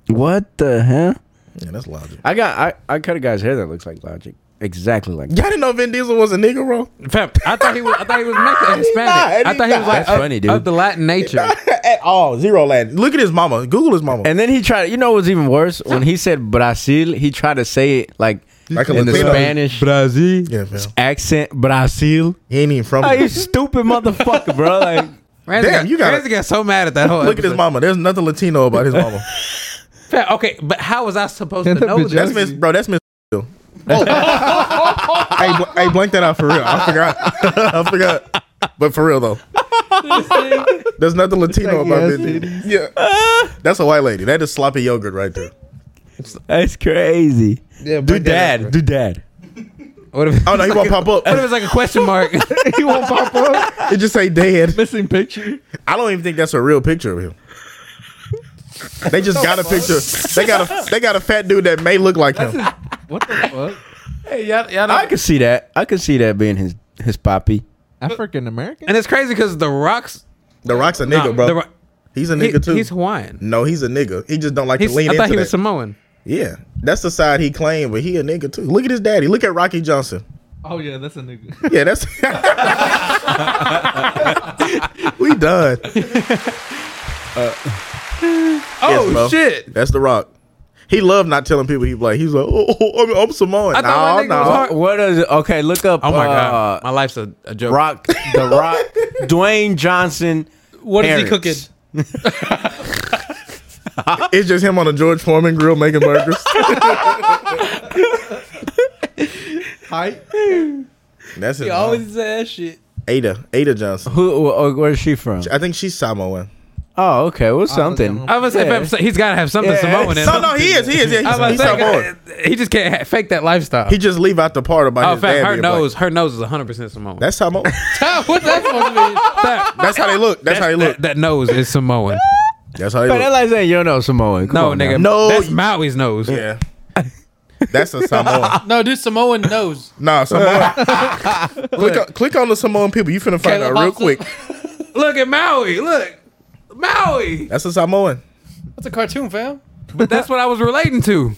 Speaker 1: What the hell?
Speaker 3: Yeah, that's Logic.
Speaker 1: I got I I cut a guy's hair that looks like Logic. Exactly like.
Speaker 3: Y'all didn't know Vin Diesel was a nigga, bro.
Speaker 4: Fam, I thought he was. I thought he was Mexican,
Speaker 3: He's
Speaker 4: Hispanic.
Speaker 3: not, and
Speaker 4: I
Speaker 3: he's
Speaker 4: thought he was
Speaker 3: not.
Speaker 4: like
Speaker 1: That's
Speaker 4: of-
Speaker 1: funny, dude.
Speaker 4: of the Latin nature.
Speaker 3: at all, zero Latin. Look at his mama. Google his mama.
Speaker 1: And then he tried. You know what's even worse? When he said Brazil, he tried to say it like
Speaker 3: Like a
Speaker 1: in the
Speaker 3: Latino.
Speaker 1: Spanish
Speaker 4: Brazil.
Speaker 3: yeah, fam.
Speaker 1: accent. Brazil.
Speaker 3: He ain't even from.
Speaker 1: Like, you
Speaker 3: here.
Speaker 1: stupid motherfucker, bro. Like
Speaker 4: Ramsey
Speaker 3: Damn,
Speaker 4: got,
Speaker 3: you gotta-
Speaker 4: Ramsey got so mad at that whole.
Speaker 3: Look at his
Speaker 4: episode.
Speaker 3: mama. There's nothing Latino about his mama.
Speaker 4: Fam, Okay, but how was I supposed to
Speaker 2: Can't that
Speaker 4: know
Speaker 2: bitch
Speaker 4: this?
Speaker 3: That's Miss, bro. That's Miss. Bill. hey, bl- hey, blank that out for real. I forgot. I forgot. But for real though, there's nothing Latino
Speaker 2: like
Speaker 3: about
Speaker 2: ass
Speaker 3: this. Yeah, that's a white lady. That is sloppy yogurt right there.
Speaker 1: that's crazy.
Speaker 5: Yeah,
Speaker 1: do
Speaker 5: break that
Speaker 1: dad. Do dad.
Speaker 4: What if,
Speaker 3: Oh no, he won't pop
Speaker 4: what if
Speaker 3: up.
Speaker 4: it's like a question mark?
Speaker 2: he won't pop up.
Speaker 3: It just say dad.
Speaker 2: Missing picture.
Speaker 3: I don't even think that's a real picture of him. They just got a picture. They got a they got a fat dude that may look like him.
Speaker 2: What the fuck?
Speaker 4: hey, y'all, y'all know-
Speaker 1: I could see that. I could see that being his his poppy.
Speaker 2: African American.
Speaker 4: and it's crazy because the rocks.
Speaker 3: The Rock's a
Speaker 4: nah,
Speaker 3: nigga, bro.
Speaker 4: The, Rock-
Speaker 3: he's a
Speaker 4: he,
Speaker 3: nigga too.
Speaker 4: He's Hawaiian.
Speaker 3: no, he's a nigga. He just don't like
Speaker 4: He's,
Speaker 3: to lean
Speaker 4: I
Speaker 3: into
Speaker 4: thought he
Speaker 3: that.
Speaker 4: was Samoan.
Speaker 3: yeah, that's the side he claimed, but he a nigga too. Look at his daddy. Look at Rocky Johnson.
Speaker 2: Oh yeah, that's a nigga.
Speaker 3: Yeah, that's we done.
Speaker 5: Oh
Speaker 3: bro.
Speaker 5: shit!
Speaker 3: That's the Rock. He loved not telling people he black. He's like, oh, oh, I'm, I'm Samoan.
Speaker 4: I thought
Speaker 3: No,
Speaker 4: my nigga
Speaker 1: Oh.
Speaker 4: was
Speaker 3: no.
Speaker 4: hard-
Speaker 1: What is it? Okay, look up.
Speaker 4: Oh my
Speaker 1: uh,
Speaker 4: god, my life's a, a joke.
Speaker 1: Rock. The Rock. Dwayne Johnson.
Speaker 5: What is
Speaker 1: parents.
Speaker 5: he cooking?
Speaker 3: It's just him on a George Foreman grill making burgers.
Speaker 2: Hi.
Speaker 3: That's his
Speaker 5: He
Speaker 3: mom.
Speaker 5: always say that shit.
Speaker 3: Ada. Ada Johnson.
Speaker 1: Who? wh- Where's she from?
Speaker 3: I think she's Samoan.
Speaker 1: Oh, okay. Well, something.
Speaker 4: I was gonna say,
Speaker 1: Yeah.
Speaker 4: fam, so he's got to have something
Speaker 1: Yeah.
Speaker 4: Samoan in
Speaker 3: No,
Speaker 4: him.
Speaker 3: no, he is. He is.
Speaker 4: I
Speaker 3: Yeah,
Speaker 4: was
Speaker 3: he's, he's
Speaker 4: saying,
Speaker 3: Samoan.
Speaker 4: uh, he just can't ha- fake that lifestyle.
Speaker 3: He just leave out the part about
Speaker 4: oh,
Speaker 3: his dad
Speaker 4: fam, her
Speaker 3: being black.
Speaker 4: nose, her nose is 100 percent Samoan.
Speaker 3: That's Samoan.
Speaker 5: What's that supposed to mean?
Speaker 4: Fam,
Speaker 3: That's how they look. That's, how they look.
Speaker 4: that, that nose is Samoan.
Speaker 3: That's how
Speaker 1: But
Speaker 3: they
Speaker 1: that
Speaker 3: look.
Speaker 1: like saying you know Samoan. Come
Speaker 4: No,
Speaker 1: on
Speaker 4: nigga,
Speaker 1: now.
Speaker 3: No,
Speaker 4: that's
Speaker 3: you-
Speaker 4: Maui's nose.
Speaker 3: Yeah. That's a Samoan.
Speaker 5: No, dude, Samoan knows.
Speaker 3: Nah, Samoan. click, on, click on the Samoan people. You finna find
Speaker 5: Caleb
Speaker 3: out real
Speaker 5: Hobson.
Speaker 3: quick.
Speaker 4: Look at Maui. Look, Maui.
Speaker 3: That's a Samoan.
Speaker 5: That's a cartoon, fam.
Speaker 4: But that's what I was relating to.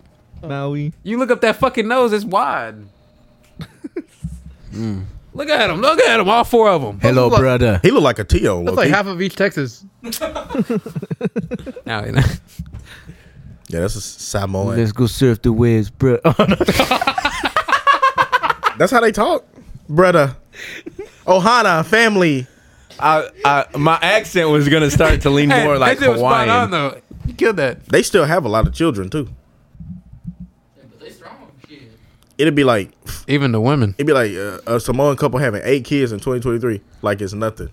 Speaker 2: Maui.
Speaker 4: You look up that fucking nose; it's wide. Look at him. Look at him. All four of them.
Speaker 1: Hello,
Speaker 5: Look.
Speaker 1: brother.
Speaker 3: He look like a T.O. low-key.
Speaker 5: That's like half of each Texas.
Speaker 4: Now, you know.
Speaker 3: yeah, that's a Samoan.
Speaker 1: Let's go surf the waves, bro.
Speaker 3: That's how they talk. Brother. Ohana, family.
Speaker 1: I, I, my accent was gonna start to lean
Speaker 4: Hey,
Speaker 1: more
Speaker 4: that
Speaker 1: like
Speaker 4: shit was spot on,
Speaker 1: Hawaiian.
Speaker 4: though. You killed that.
Speaker 3: They still have a lot of children, too.
Speaker 6: Yeah, but they strong. Shit.
Speaker 3: It'd be like,
Speaker 4: Even the women.
Speaker 3: it'd be like uh, a Samoan couple having eight kids in 2023. Like it's nothing.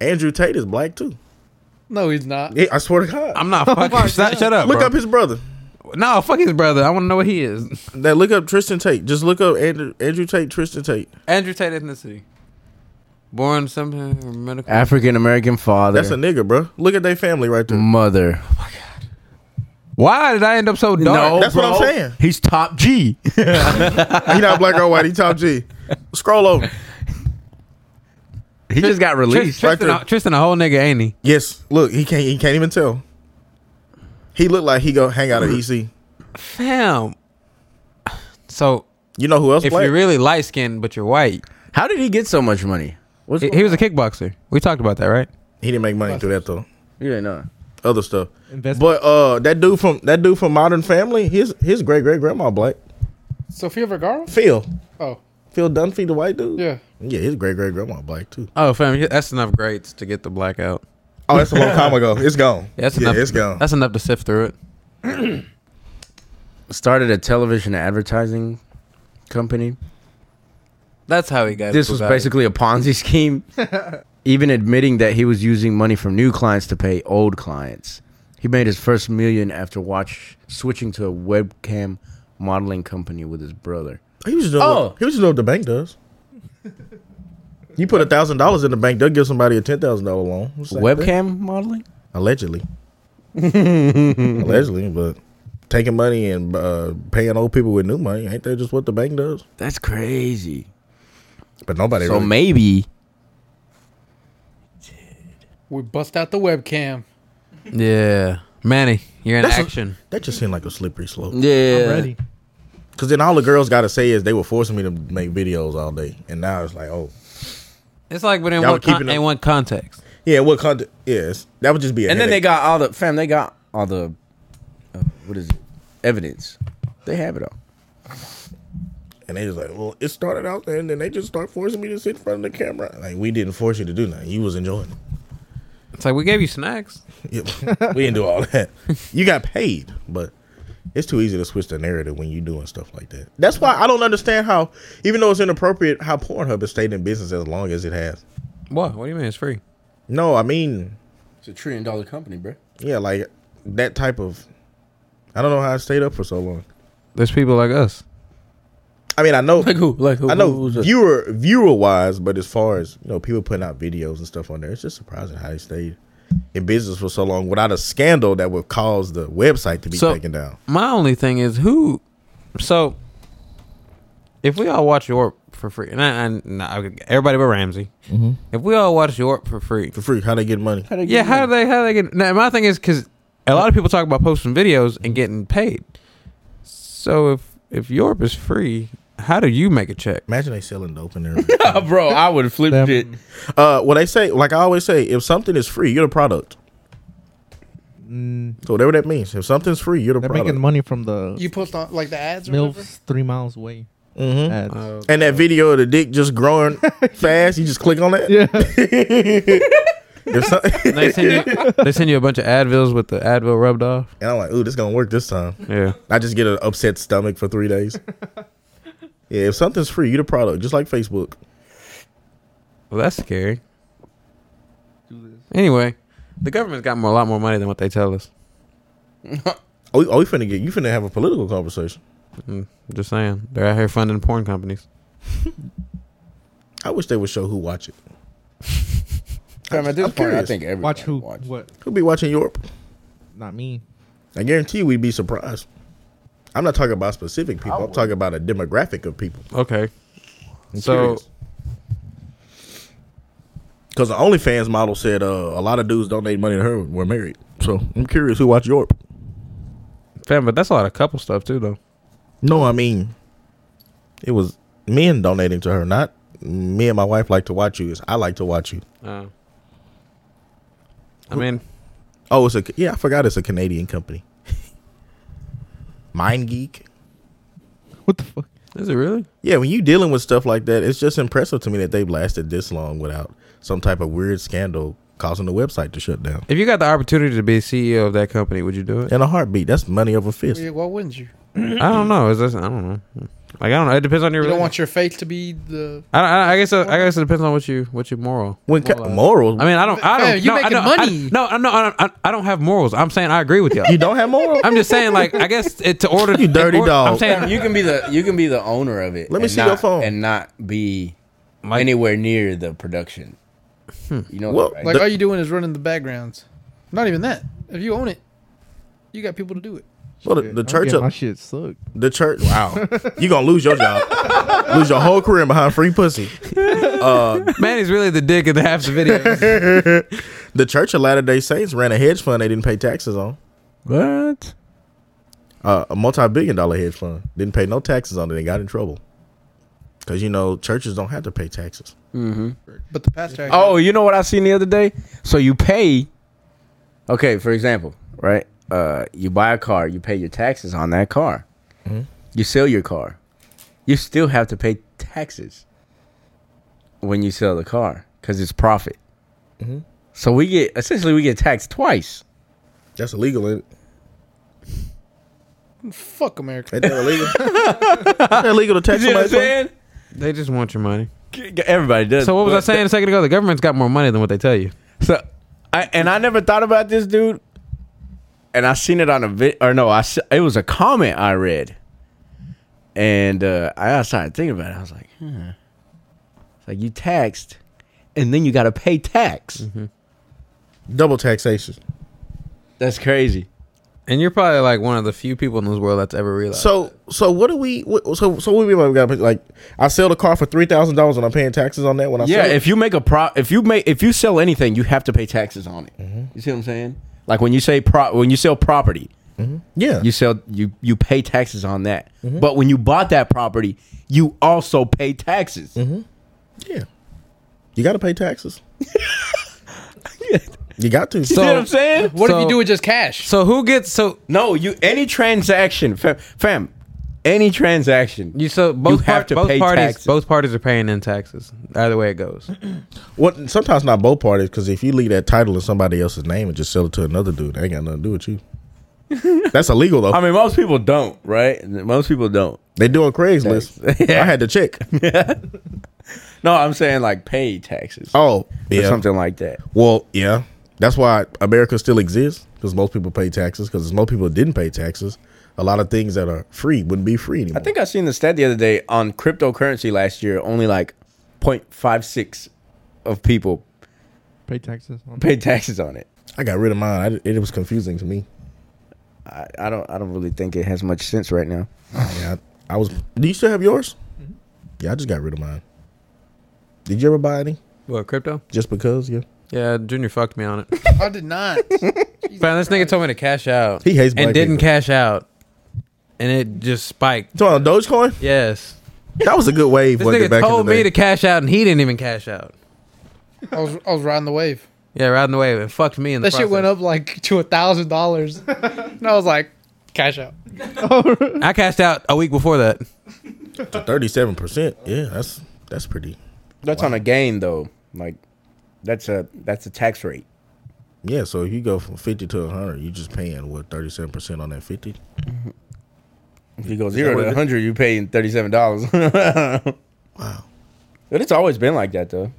Speaker 3: Andrew Tate is black, too.
Speaker 5: No, he's not.
Speaker 3: Yeah, I swear to God.
Speaker 4: I'm not fucking. shut, shut up.
Speaker 3: look
Speaker 4: bro.
Speaker 3: up his brother.
Speaker 4: No, fuck his brother. I want to know what he is.
Speaker 3: Now look up Tristan Tate. Just look up Andrew, Andrew Tate, Tristan Tate.
Speaker 4: Andrew Tate ethnicity. Born sometime or medical.
Speaker 1: African American father.
Speaker 3: That's a nigga, bro. Look at their family right
Speaker 4: Mm.
Speaker 3: there.
Speaker 1: mother.
Speaker 4: Why did I end up so dark?
Speaker 3: That's what I'm saying.
Speaker 1: He's top G.
Speaker 3: He not black or white. He top G. Scroll over.
Speaker 1: He just got
Speaker 4: Trist-
Speaker 1: released.
Speaker 3: right
Speaker 4: Tristan,
Speaker 3: there.
Speaker 4: a- Tristan, a whole nigga, ain't he?
Speaker 3: Yes. Look, he can't. He can't even tell. He looked like he go hang out at E EC.
Speaker 4: Fam. So
Speaker 3: You know who else?
Speaker 4: if
Speaker 3: black?
Speaker 4: you're really light skinned but you're white,
Speaker 1: How did he get so much money? What's
Speaker 4: he, he was a kickboxer. We talked about that, right?
Speaker 3: he didn't make money through that though.
Speaker 1: you didn't know.
Speaker 3: Other stuff.
Speaker 2: Investment.
Speaker 3: But uh, that dude from that dude from Modern Family, his his great great grandma black.
Speaker 5: Sofia Vergara?
Speaker 3: Phil.
Speaker 5: Oh,
Speaker 3: Phil Dunphy, the white dude.
Speaker 5: yeah.
Speaker 3: Yeah, his great great grandma black too.
Speaker 4: Oh, fam, that's enough grades to get the blackout.
Speaker 3: Oh, that's a long time ago. It's gone.
Speaker 4: That's
Speaker 3: yeah,
Speaker 4: enough.
Speaker 3: it's gone.
Speaker 4: That's enough to sift through it.
Speaker 1: Started a television advertising company.
Speaker 4: That's how he got.
Speaker 1: This was
Speaker 4: Bugatti.
Speaker 1: basically a Ponzi scheme. Even admitting that he was using money from new clients to pay old clients. He made his first million after watch switching to a webcam modeling company with his brother.
Speaker 3: He was just doing.
Speaker 1: Oh.
Speaker 3: What, he was just doing what the bank does. You put a thousand dollars in the bank, they'll give somebody a ten thousand dollar loan. It's like that.
Speaker 1: Webcam modeling?
Speaker 3: allegedly, allegedly, but taking money and uh, paying old people with new money ain't that just what the bank does?
Speaker 1: That's crazy.
Speaker 3: But nobody.
Speaker 1: So
Speaker 3: really-
Speaker 1: maybe
Speaker 5: We bust out the webcam.
Speaker 4: Yeah, Manny, you're in
Speaker 3: That's a-
Speaker 4: action.
Speaker 3: that just seemed like a slippery slope.
Speaker 1: Yeah.
Speaker 2: I'm ready.
Speaker 3: Cause then all the girls gotta say is they were forcing me to make videos all day, and now it's like, oh,
Speaker 4: it's like, but in
Speaker 3: Y'all
Speaker 4: one, con-
Speaker 3: keeping up-
Speaker 4: in one context.
Speaker 3: yeah, what content? Yes, that would just be. A
Speaker 1: And then they
Speaker 3: headache.
Speaker 1: got all the fam, they got all the uh, what is it? Evidence. They have it all.
Speaker 3: and they just like, well, it started out there, and then they just start forcing me to sit in front of the camera. Like we didn't force you to do nothing; you was enjoying it.
Speaker 4: It's like we gave you snacks.
Speaker 3: Yep. we didn't do all that. You got paid, but it's too easy to switch the narrative when you're doing stuff like that. That's why I don't understand how, even though it's inappropriate, how Pornhub has stayed in business as long as it has.
Speaker 4: What? What do you mean it's free?
Speaker 3: No, I mean,
Speaker 1: It's a trillion dollar company, bro.
Speaker 3: yeah, like that type of. I don't know how I stayed up for so long.
Speaker 4: There's people like us.
Speaker 3: I mean, I know,
Speaker 1: Like who? Like who?
Speaker 3: I
Speaker 1: who-
Speaker 3: know
Speaker 1: who's a-
Speaker 3: viewer viewer wise, but as far as you know, people putting out videos and stuff on there, it's just surprising how they stayed in business for so long without a scandal that would cause the website to be
Speaker 4: So-
Speaker 3: taken down.
Speaker 4: My only thing is who. So, if we all watch Yorp for free, and, I, and nah, everybody but Ramsey, if we all watch Yorp for free,
Speaker 3: For free, how they get money?
Speaker 4: yeah, how do they? How they get? Now, my thing is because a lot of people talk about posting videos and getting paid. So if if Yorp is free, how do you make a check?
Speaker 3: Imagine they selling dope in there.
Speaker 1: bro, I would flip
Speaker 2: Them-
Speaker 1: shit.
Speaker 3: Uh, what I say, like I always say, if something is free, you're the product.
Speaker 2: Mm,
Speaker 3: So whatever that means, if something's free, you're the
Speaker 2: they're
Speaker 3: product.
Speaker 2: making money from the
Speaker 5: You post on like the ads or whatever?
Speaker 2: milfs three miles away.
Speaker 1: Hmm?
Speaker 3: Mhm.
Speaker 2: ads.
Speaker 1: Uh,
Speaker 3: And that video of the dick just growing fast, you just click on that.
Speaker 2: yeah,
Speaker 3: If some-
Speaker 4: And they send you they send you a bunch of Advils with the Advil rubbed off.
Speaker 3: and I'm like, ooh, this gonna work this time.
Speaker 4: Yeah,
Speaker 3: I just get an upset stomach for three days. yeah, if something's free, you're the product, just like Facebook.
Speaker 4: well that's scary. Anyway, the government's got more, a lot more money than what they tell us.
Speaker 3: Oh, you- oh, you finna get, you finna have a political conversation.
Speaker 4: Just saying, they're out here funding porn companies.
Speaker 3: I wish they would show who watch it.
Speaker 1: Fam, at this
Speaker 3: I'm
Speaker 1: point, I
Speaker 3: curious.
Speaker 1: think everybody
Speaker 2: watch who?
Speaker 1: watch.
Speaker 2: What?
Speaker 3: Who be watching Europe?
Speaker 2: Not me.
Speaker 3: I guarantee you we'd be surprised. I'm not talking about specific people. I'm talking about a demographic of people.
Speaker 4: Okay, so
Speaker 3: Because the OnlyFans model said uh, a lot of dudes donate money to her when we're married. So I'm curious who watch Yorp.
Speaker 4: fam, but that's a lot of couple stuff too, though.
Speaker 3: No, I mean, it was men donating to her, not me and my wife like to watch you. It's I like to watch you.
Speaker 4: Uh, I mean,
Speaker 3: Oh, it's a yeah. I forgot it's a Canadian company. Mind Geek.
Speaker 2: What the fuck?
Speaker 4: is it really?
Speaker 3: Yeah, when you dealing with stuff like that, it's just impressive to me that they've lasted this long without some type of weird scandal causing the website to shut down.
Speaker 4: If you got the opportunity to be CEO of that company, would you do it?
Speaker 3: In a heartbeat, that's money over fist.
Speaker 5: Yeah, why wouldn't you?
Speaker 4: I don't know. Is this? I don't know. Like I don't know. It depends on your.
Speaker 5: You don't
Speaker 4: religion.
Speaker 5: want your faith to be the.
Speaker 4: I, don't- I, I guess. I guess it depends on what you what your moral.
Speaker 3: When ca- morals,
Speaker 4: I mean, I don't. I
Speaker 5: Fam,
Speaker 4: don't.
Speaker 5: you
Speaker 4: no, I
Speaker 5: making
Speaker 4: don't-
Speaker 5: money.
Speaker 4: I, no, I- no, I don't. I don't have morals. I'm saying I agree with y'all.
Speaker 3: you don't have morals.
Speaker 4: I'm just saying, like, I guess it, to order.
Speaker 3: You dirty
Speaker 4: in order-
Speaker 3: dog.
Speaker 4: I'm saying
Speaker 1: You can be the you can be the owner of it.
Speaker 3: Let me
Speaker 1: and
Speaker 3: see your
Speaker 1: not-
Speaker 3: phone.
Speaker 1: and not be
Speaker 4: Like-
Speaker 1: anywhere near the production. You know,
Speaker 3: Well,
Speaker 1: that, right?
Speaker 5: Like,
Speaker 3: The-
Speaker 5: all you doing is running the backgrounds. Not even that. If you own it, you got people to do it.
Speaker 3: Well, the,
Speaker 2: Shit,
Speaker 3: the
Speaker 2: I'm
Speaker 3: church,
Speaker 2: getting
Speaker 3: up,
Speaker 2: my shit sucked.
Speaker 3: the church. Wow, you gonna lose your job, lose your whole career behind free pussy.
Speaker 4: Manny's really the dick in the half the video.
Speaker 3: The Church of Latter Day Saints ran a hedge fund they didn't pay taxes on.
Speaker 4: what?
Speaker 3: Uh, a multi-billion dollar hedge fund didn't pay no taxes on it. They got in trouble because you know churches don't have to pay taxes.
Speaker 5: But the pastor. actually-
Speaker 1: Oh, you know what I seen the other day? So you pay. Okay, for example, right? Uh, you buy a car, you pay your taxes on that car.
Speaker 4: Mm-hmm.
Speaker 1: You sell your car, you still have to pay taxes when you sell the car because it's profit.
Speaker 4: Mm-hmm.
Speaker 1: So we get essentially we get taxed twice.
Speaker 3: That's illegal. Ain't
Speaker 5: Fuck America.
Speaker 3: it? Ain't that illegal? Ain't that illegal to tax
Speaker 1: You know what I'm
Speaker 3: somebody? for?
Speaker 1: saying?
Speaker 4: They just want your money.
Speaker 1: Everybody does.
Speaker 4: So what was I
Speaker 1: but-
Speaker 4: saying a second ago? The government's got more money than what they tell you.
Speaker 1: So, I and I never thought about this dude, and I seen it on a vid or no, I s- it was a comment I read, and uh, I started thinking about it. I was like, huh. it's like you taxed and then you got to pay tax.
Speaker 3: Double taxation.
Speaker 1: That's crazy.
Speaker 4: And you're probably like one of the few people in this world that's ever realized.
Speaker 3: So so what do we? What, so so what do we mean? We got like I sell the car for three thousand dollars and I'm paying taxes on that when I
Speaker 1: yeah,
Speaker 3: sell it?
Speaker 1: if you make a pro, if you make, if you sell anything, you have to pay taxes on it. You see what I'm saying? Like when you say pro, when you sell property,
Speaker 3: yeah.
Speaker 1: you sell you you pay taxes on that. But when you bought that property, you also pay taxes.
Speaker 3: Yeah. You got to pay taxes. you got to.
Speaker 1: You
Speaker 4: So-
Speaker 1: know what I'm saying?
Speaker 5: What if
Speaker 4: So-
Speaker 5: you do it just cash?
Speaker 4: so who gets so
Speaker 1: No, you any transaction, fam, fam any transaction.
Speaker 4: you so both
Speaker 1: have
Speaker 4: par-
Speaker 1: to
Speaker 4: both
Speaker 1: pay
Speaker 4: parties
Speaker 1: taxes.
Speaker 4: both parties are paying in taxes. Either way it goes.
Speaker 3: what? Sometimes not both parties because if you leave that title in somebody else's name and just sell it to another dude, that ain't got nothing to do with you. That's illegal though.
Speaker 1: I mean, most people don't, right? Most people don't.
Speaker 3: they do on Craigslist.
Speaker 1: Yeah.
Speaker 3: I had to check.
Speaker 1: No, I'm saying like pay taxes
Speaker 3: Oh
Speaker 1: or
Speaker 3: yeah.
Speaker 1: something like that.
Speaker 3: Well yeah. That's why America still exists because most people pay taxes. Because most people didn't pay taxes, a lot of things that are free wouldn't be free anymore.
Speaker 1: I think I seen the stat the other day on cryptocurrency last year. Only like 0.56 of people
Speaker 2: Pay taxes. On
Speaker 1: paid taxes on it.
Speaker 3: I got rid of mine. I, it was confusing to me.
Speaker 1: I, I don't. I don't really think it has much sense right now.
Speaker 3: Yeah, I, I was. Do you still have yours?
Speaker 4: Mm-hmm.
Speaker 3: Yeah, I just got rid of mine. Did you ever buy any?
Speaker 4: What crypto?
Speaker 3: Just because? Yeah.
Speaker 4: Yeah, Junior fucked me on it.
Speaker 5: I did not.
Speaker 4: Man, this nigga told me to cash out.
Speaker 3: He hates black
Speaker 4: and didn't
Speaker 3: people.
Speaker 4: cash out, and it just spiked.
Speaker 3: You talking about Dogecoin?
Speaker 4: Yes,
Speaker 3: That was a good wave.
Speaker 4: this
Speaker 3: wasn't it,
Speaker 4: nigga
Speaker 3: in
Speaker 4: told
Speaker 3: the
Speaker 4: me to
Speaker 3: day?
Speaker 4: cash out, and he didn't even cash out.
Speaker 5: I was I was riding the wave.
Speaker 4: Yeah, riding the wave and fucked me in the.
Speaker 5: That shit went up like to a thousand dollars, and I was like, cash out.
Speaker 4: up. I cashed out a week before that.
Speaker 3: to thirty-seven percent. Yeah, that's that's pretty.
Speaker 1: That's on a gain though. Like that's a that's a tax rate.
Speaker 3: Yeah, so if you go from fifty to hundred, you're just paying what thirty-seven percent on that fifty.
Speaker 1: If you go zero
Speaker 3: what it
Speaker 1: to
Speaker 3: is?
Speaker 1: hundred, you're paying thirty seven dollars.
Speaker 3: Wow.
Speaker 1: But it's always been like that though.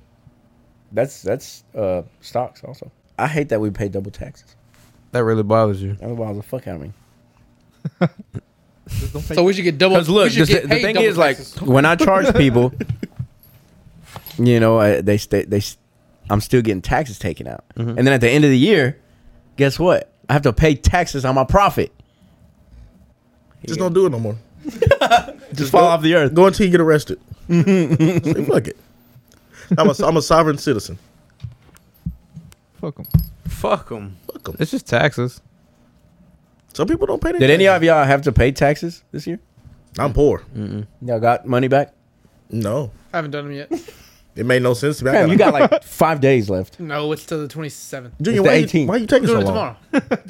Speaker 1: That's that's uh stocks also. I hate that we pay double taxes.
Speaker 4: That really bothers you.
Speaker 1: That bothers the fuck out of me.
Speaker 2: Just don't pay
Speaker 5: So we should get double.
Speaker 1: Because look,
Speaker 5: we should
Speaker 1: the,
Speaker 5: get
Speaker 1: the
Speaker 5: paid
Speaker 1: thing
Speaker 5: double
Speaker 1: is, like,
Speaker 5: taxes.
Speaker 1: when I charge people, you know, I, they stay, they, s- I'm still getting taxes taken out, and then at the end of the year, guess what? I have to pay taxes on my profit.
Speaker 3: Just don't do it no more.
Speaker 1: Just fall
Speaker 3: go-
Speaker 1: off the earth.
Speaker 3: Go until you get arrested. Say, fuck it. I'm a, I'm a sovereign citizen.
Speaker 2: fuck them.
Speaker 4: Fuck them.
Speaker 3: Fuck 'em.
Speaker 4: It's just taxes.
Speaker 3: Some people don't pay. their
Speaker 1: Did any
Speaker 3: taxes.
Speaker 1: of y'all have to pay taxes this year?
Speaker 3: I'm poor.
Speaker 1: Y'all got money back?
Speaker 3: No,
Speaker 5: I haven't done them yet.
Speaker 3: it made no sense to me. I
Speaker 1: Damn,
Speaker 3: gotta-
Speaker 1: you got like five days left.
Speaker 5: No, it's till the twenty seventh.
Speaker 3: Junior,
Speaker 1: It's the
Speaker 3: why,
Speaker 1: 18th.
Speaker 3: you, why you taking so
Speaker 5: Doing
Speaker 3: long?
Speaker 5: it tomorrow.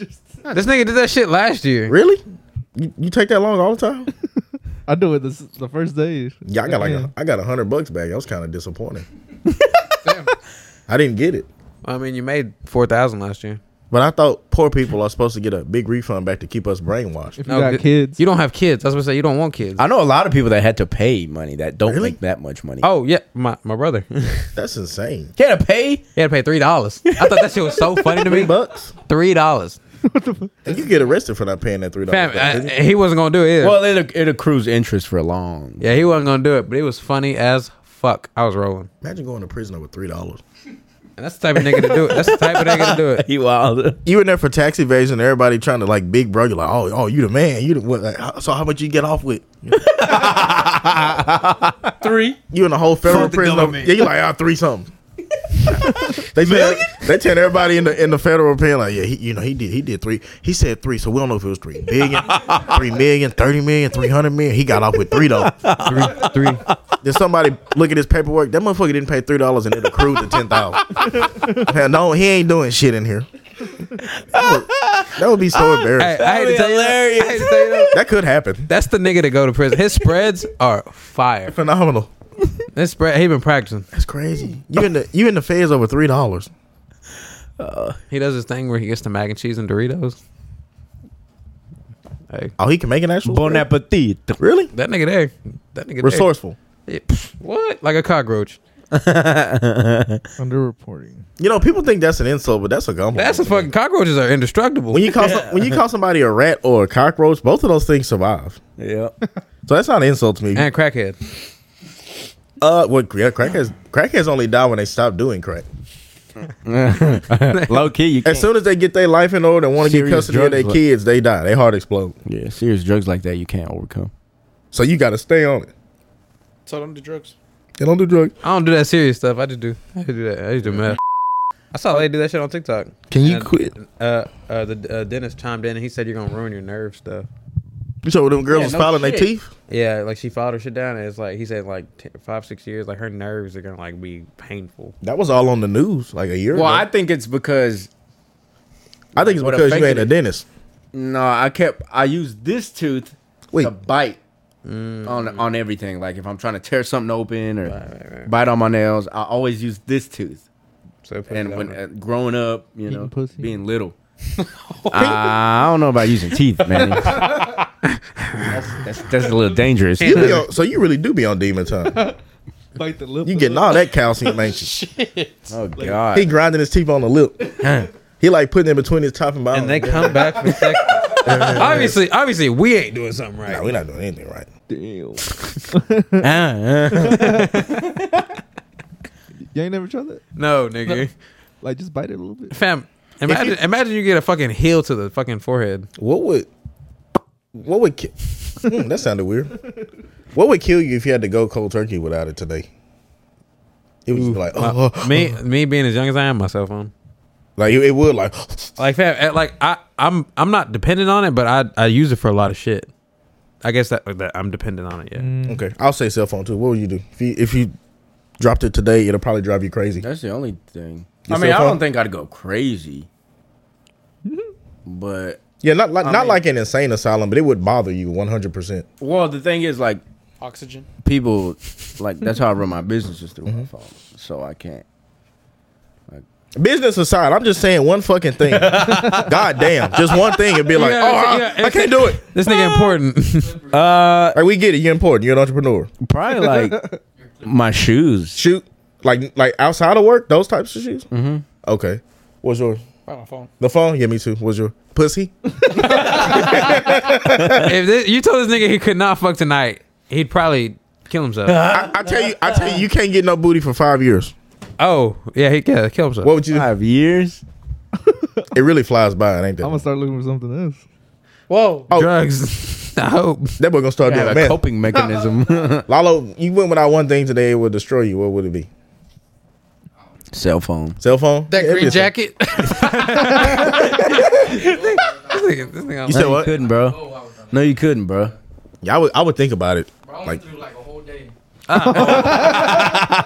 Speaker 4: This nigga did that shit last year.
Speaker 3: Really? You, you take that long all the time?
Speaker 2: I do it this the first day.
Speaker 3: Yeah, I got like
Speaker 2: Yeah.
Speaker 3: a, I got a hundred bucks back. I was kind of disappointed.
Speaker 5: Damn.
Speaker 3: I didn't get it,
Speaker 4: I mean, you made four thousand last year.
Speaker 3: but I thought poor people are supposed to get a big refund back to keep us brainwashed.
Speaker 2: If you got kids,
Speaker 4: You don't have kids. That's what I say. You don't want kids.
Speaker 1: I know a lot of people that had to pay money that don't
Speaker 3: Really?
Speaker 1: make that much money.
Speaker 4: oh yeah, my my brother. he
Speaker 3: That's insane.
Speaker 1: You had to pay?
Speaker 4: had to pay three dollars. I thought that shit was so funny to
Speaker 3: Three
Speaker 4: me.
Speaker 3: bucks,
Speaker 4: Three dollars.
Speaker 3: and you get arrested for not paying that three dollars.
Speaker 4: Fam,
Speaker 3: back,
Speaker 4: I-
Speaker 3: didn't you?
Speaker 4: he wasn't gonna do it. Either.
Speaker 1: Well, it, it accrues interest for long.
Speaker 4: Yeah, he wasn't gonna do it, but it was funny as fuck. I was rolling,
Speaker 3: Imagine going to prison over three dollars.
Speaker 4: and that's the type of nigga to do it. That's the type of nigga to do it.
Speaker 1: He wild.
Speaker 3: You in there for tax evasion? Everybody trying to like big bro. You're like, oh, oh, you the man. You the what? Like, how- so how much you get off with?
Speaker 1: Three.
Speaker 3: You in the whole federal
Speaker 5: Fuck the
Speaker 3: prison? Over,
Speaker 5: government.
Speaker 3: yeah, you like ah three something. they tell, they tell everybody in the in the federal pen like yeah he, you know he did he did three he said three so we don't know if it was three billion three million thirty million three hundred million he got off with three though
Speaker 4: Three, three.
Speaker 3: then somebody look at his paperwork that motherfucker didn't pay three dollars and it accrued to ten thousand no he ain't doing shit in here that would, that would be so
Speaker 4: Hey,
Speaker 3: embarrassing
Speaker 4: I hate
Speaker 1: That'd be
Speaker 4: to tell you that. I hate to tell you that.
Speaker 3: that could happen
Speaker 4: That's the nigga to go to prison. His spreads are fire.
Speaker 3: phenomenal
Speaker 4: His spread. He been practicing.
Speaker 3: that's crazy you in the you in the feds over three dollars
Speaker 4: He does this thing where he gets the mac and cheese and Doritos. Hey,
Speaker 3: oh he can make an actual
Speaker 1: Bon appetit.
Speaker 3: really
Speaker 4: that nigga there. That nigga
Speaker 3: resourceful
Speaker 4: there. Yeah, pff, What? Like a cockroach.
Speaker 2: underreporting.
Speaker 3: you know people think that's an insult but that's a compliment
Speaker 4: That's a fucking cockroaches are indestructible.
Speaker 3: when you call some, when you call somebody a rat or a cockroach, both of those things survive.
Speaker 1: Yeah.
Speaker 3: So that's not an insult to me.
Speaker 4: and crackhead.
Speaker 3: Uh, well, yeah, crackheads, crackheads only die when they stop doing crack.
Speaker 1: Low key, you
Speaker 3: As
Speaker 1: can't.
Speaker 3: soon as they get their life in order and want to get
Speaker 1: Serious
Speaker 3: custody of
Speaker 1: drugs,
Speaker 3: their
Speaker 1: like-
Speaker 3: kids, they die. They heart explode.
Speaker 1: Yeah, serious drugs like that you can't overcome.
Speaker 3: So you got to stay on it.
Speaker 5: Told them to drugs.
Speaker 3: They don't do drugs.
Speaker 4: I don't do that serious stuff. I just do. I just do that. I just do meth. I saw a lady do that shit on TikTok.
Speaker 1: Can you
Speaker 4: And,
Speaker 1: quit?
Speaker 4: Uh, uh, the uh, dentist chimed in and he said you're gonna ruin your nerve stuff.
Speaker 3: So them girls
Speaker 1: Yeah,
Speaker 3: is
Speaker 1: no
Speaker 3: filing their
Speaker 1: shit.
Speaker 3: teeth.
Speaker 4: Yeah, like she filed her shit down and it's like he said like t- five six years like her nerves are gonna like be painful.
Speaker 3: That was all on the news like a year
Speaker 1: Well, I
Speaker 3: ago.
Speaker 1: think it's because
Speaker 3: I, think it's
Speaker 1: what
Speaker 3: because you
Speaker 1: affected
Speaker 3: ain't a
Speaker 1: it-
Speaker 3: dentist.
Speaker 1: No, I kept I used this tooth
Speaker 3: Wait.
Speaker 1: to bite on on everything. Like if I'm trying to tear something open or bite on my nails, I always use this tooth.
Speaker 4: So it puts it
Speaker 1: And
Speaker 4: on
Speaker 1: when
Speaker 4: her.
Speaker 1: uh, growing up, you know,
Speaker 2: Eating pussy.
Speaker 1: being little, I don't know about using teeth, man. that's, that's that's a little dangerous.
Speaker 3: You be on- so you really do be on demon time.
Speaker 2: Bite the lip.
Speaker 3: You getting all that calcium, ain't you?
Speaker 1: Oh
Speaker 3: He
Speaker 1: God!
Speaker 3: grinding his teeth on the lip. he like putting in between his top and bottom.
Speaker 4: and they come back for sex. Oh, obviously, obviously we ain't doing something
Speaker 3: Nah,
Speaker 4: right.
Speaker 3: we're not doing anything right.
Speaker 2: Damn.
Speaker 4: Uh,
Speaker 1: Ah, ah.
Speaker 2: You ain't never tried that?
Speaker 4: No, nigga,
Speaker 2: Like just bite it a little bit.
Speaker 4: fam. Imagine, imagine you get a fucking heel to the fucking forehead.
Speaker 3: What would what would ki- Hmm, that sounded weird. What would kill you if you had to go cold turkey without it today? It would just be like oh,
Speaker 4: Uh, me, me being as young as I am, my cell phone.
Speaker 3: like it, it would like
Speaker 4: Like, fam, eh, like I, I'm, I'm not dependent on it, but I, I use it for a lot of shit. I guess that, that I'm dependent on it. Yeah.
Speaker 3: okay. I'll say cell phone too. What would you do if you if you dropped it today? It'll probably drive you crazy.
Speaker 1: that's the only thing.
Speaker 3: Your
Speaker 1: I mean,
Speaker 3: cell
Speaker 1: I
Speaker 3: phone?
Speaker 1: don't think I'd go crazy, but
Speaker 3: Yeah, not like
Speaker 1: I
Speaker 3: not
Speaker 1: mean-
Speaker 3: like an insane asylum, but it would bother you one hundred percent.
Speaker 1: well, the thing is, like,
Speaker 5: Oxygen.
Speaker 1: people like that's how I run my business is through my phone. So I can't.
Speaker 3: Business aside, I'm just saying one fucking thing. God damn, just one thing. It'd be like,
Speaker 4: Yeah,
Speaker 3: oh,
Speaker 4: yeah,
Speaker 3: I, I can't do it.
Speaker 4: This nigga important.
Speaker 1: Uh,
Speaker 3: Like we get it. You're important. You're an entrepreneur.
Speaker 1: probably like my shoes.
Speaker 3: Shoot, like like outside of work, those types of shoes. Mm-hmm. Okay, what's yours?
Speaker 5: By my phone.
Speaker 3: The phone? Yeah, me too. What's your pussy?
Speaker 4: if this, you told this nigga he could not fuck tonight, he'd probably kill himself.
Speaker 3: I, I tell you, I tell you, you can't get no booty for five years.
Speaker 4: oh, yeah, he yeah, kill himself.
Speaker 3: What would you? do?
Speaker 1: Five years.
Speaker 3: It really flies by, ain't that?
Speaker 2: I'm gonna start looking for something else.
Speaker 5: Whoa.
Speaker 3: oh.
Speaker 4: Drugs. I hope.
Speaker 3: that boy gonna start
Speaker 1: Yeah,
Speaker 3: doing
Speaker 1: a
Speaker 3: math.
Speaker 1: coping mechanism.
Speaker 3: Lalo, you went without one thing today. It would destroy you. What would it be?
Speaker 1: Cell phone.
Speaker 3: Cell phone?
Speaker 5: That
Speaker 3: Yeah, it'd be
Speaker 5: green
Speaker 3: a cell-
Speaker 5: jacket.
Speaker 4: This nigga, this nigga,
Speaker 3: You said
Speaker 1: no,
Speaker 3: what?
Speaker 1: You couldn't, bro.
Speaker 6: Oh, I was done.
Speaker 1: No, you couldn't, bro.
Speaker 3: Yeah, I would. I would think about it.
Speaker 6: Bro, I went
Speaker 3: Like-
Speaker 6: through like a whole day.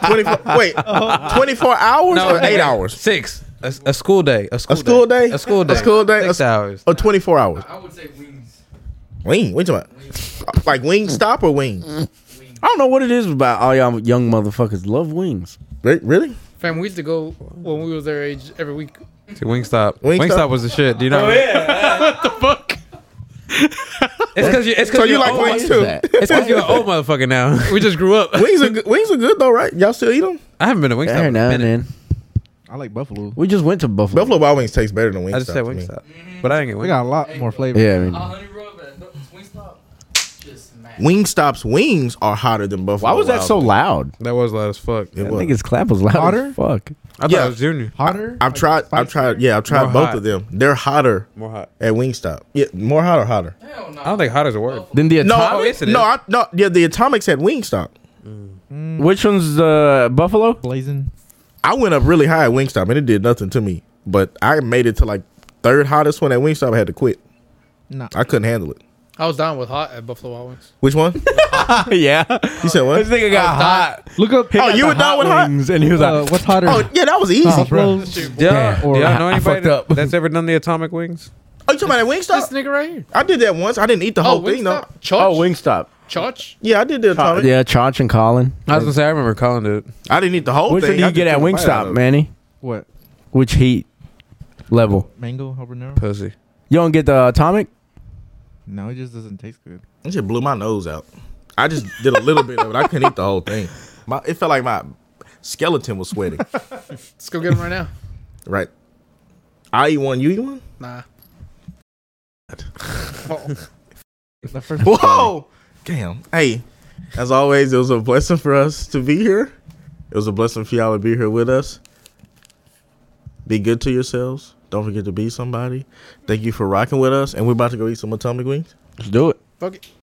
Speaker 3: Twenty four. wait,
Speaker 5: Oh.
Speaker 3: twenty four hours
Speaker 4: No,
Speaker 3: or eight
Speaker 4: nigga.
Speaker 3: hours?
Speaker 4: six. A, a school day. A school,
Speaker 3: A school day?
Speaker 4: A school day.
Speaker 3: A school day?
Speaker 4: Six
Speaker 3: A s-
Speaker 4: hours.
Speaker 3: Or twenty four hours?
Speaker 6: I would say wings.
Speaker 3: Wing? What you talking about? Like wing stop or wing?
Speaker 4: Mm.
Speaker 1: I don't know what it is about all y'all young motherfuckers love wings.
Speaker 3: Re- Really?
Speaker 5: Fam, we used to go when we was their age every week.
Speaker 4: To Wingstop.
Speaker 3: Wingstop?
Speaker 4: Wingstop. was the shit. Do you know? Oh, yeah. what the fuck? It's because you. It's 'cause
Speaker 3: So you
Speaker 4: you're
Speaker 3: like
Speaker 4: old,
Speaker 1: What
Speaker 3: wings
Speaker 1: is
Speaker 3: too?
Speaker 1: that?
Speaker 4: It's because you're an old motherfucker now.
Speaker 5: We just grew up.
Speaker 3: Wings are good. wings are good though, right? Y'all still eat them?
Speaker 4: I haven't been to Wingstop.
Speaker 1: Every
Speaker 4: in
Speaker 1: now
Speaker 4: a
Speaker 1: and
Speaker 4: minute.
Speaker 1: then.
Speaker 2: I like buffalo.
Speaker 1: We just went to Buffalo.
Speaker 3: Buffalo Wild Wings taste better than wings.
Speaker 4: I just said Wingstop, but I ain't get
Speaker 2: We
Speaker 4: Wingstop.
Speaker 2: got a lot more flavor.
Speaker 1: Yeah, I mean,
Speaker 6: A
Speaker 5: Oh.
Speaker 6: honey rub at the wing stop. Just smack.
Speaker 3: Wingstop's wings are hotter than Buffalo.
Speaker 1: why was that
Speaker 3: Wild
Speaker 1: so
Speaker 3: Wings.
Speaker 1: loud?
Speaker 4: That was loud as fuck.
Speaker 3: It
Speaker 1: I
Speaker 3: was.
Speaker 1: think his clap was loud.
Speaker 2: Hotter?
Speaker 1: As fuck.
Speaker 4: I thought
Speaker 3: Yeah.
Speaker 4: it was Junior.
Speaker 2: Hotter?
Speaker 3: I've tried. I've tried. Yeah, I've tried
Speaker 4: More
Speaker 3: both
Speaker 4: hot.
Speaker 3: of them. They're hotter
Speaker 4: More hot.
Speaker 3: at Wingstop. Yeah, more hot or hotter.
Speaker 6: Hell no.
Speaker 4: I don't think hot is a word.
Speaker 1: Then the
Speaker 3: No,
Speaker 1: Atomic.
Speaker 4: oh, yes, it
Speaker 3: no, I,
Speaker 4: is.
Speaker 3: no. Yeah, the Atomics at Wingstop.
Speaker 1: Which one's uh, Buffalo?
Speaker 2: Blazing.
Speaker 3: I went up really high at Wingstop and it did nothing to me. But I made it to like third hottest one at Wingstop. I had to quit.
Speaker 2: Nah.
Speaker 3: I couldn't handle it.
Speaker 5: I was down with hot at Buffalo Wild Wings.
Speaker 3: Which one?
Speaker 1: yeah.
Speaker 3: You said
Speaker 1: This
Speaker 3: what?
Speaker 1: nigga got hot.
Speaker 2: Look up.
Speaker 3: Oh, you were down with hot.
Speaker 1: wings, and he was
Speaker 2: Uh,
Speaker 1: like,
Speaker 2: what's hotter?
Speaker 3: Oh, yeah, that was easy.
Speaker 2: Nah,
Speaker 3: Oh,
Speaker 2: bro.
Speaker 4: Do y'all,
Speaker 1: Damn.
Speaker 4: do y'all
Speaker 1: Or-
Speaker 4: know
Speaker 1: I
Speaker 4: anybody
Speaker 1: fucked up.
Speaker 4: that- that's ever done the atomic wings?
Speaker 3: you talking about at
Speaker 5: This
Speaker 3: Wingstop?
Speaker 5: nigga right here.
Speaker 3: I did that once. I didn't eat the
Speaker 5: Oh,
Speaker 3: whole thing though.
Speaker 5: Wingstop. Church.
Speaker 1: "Oh, Wingstop."
Speaker 5: Church.
Speaker 3: Yeah, I did the Atomic.
Speaker 1: Yeah, Chonch and Colin.
Speaker 4: I was gonna say I remember calling it.
Speaker 3: I didn't eat the whole
Speaker 1: Which
Speaker 3: thing.
Speaker 1: one do
Speaker 3: I
Speaker 1: you
Speaker 3: just
Speaker 1: get at
Speaker 3: took a bite out of
Speaker 1: Wingstop,
Speaker 3: it.
Speaker 1: Manny?
Speaker 2: What?
Speaker 1: Which heat level?
Speaker 2: Mango habanero?
Speaker 4: Pussy.
Speaker 1: You don't get the Atomic?
Speaker 2: No, it just doesn't taste good.
Speaker 3: It just blew my nose out. I just did a little bit of it. I couldn't eat the whole thing. My it felt like my skeleton was sweating.
Speaker 5: Let's go get him right now.
Speaker 3: Right. I eat one. You eat one.
Speaker 5: Nah.
Speaker 2: The first
Speaker 3: Whoa. Damn. Hey, As always, it was a blessing for us to be here. It was a blessing for y'all to be here with us. Be good to yourselves. Don't forget to be somebody. Thank you for rocking with us. And we're about to go eat some atomic wings.
Speaker 1: Let's do it.
Speaker 5: Fuck it.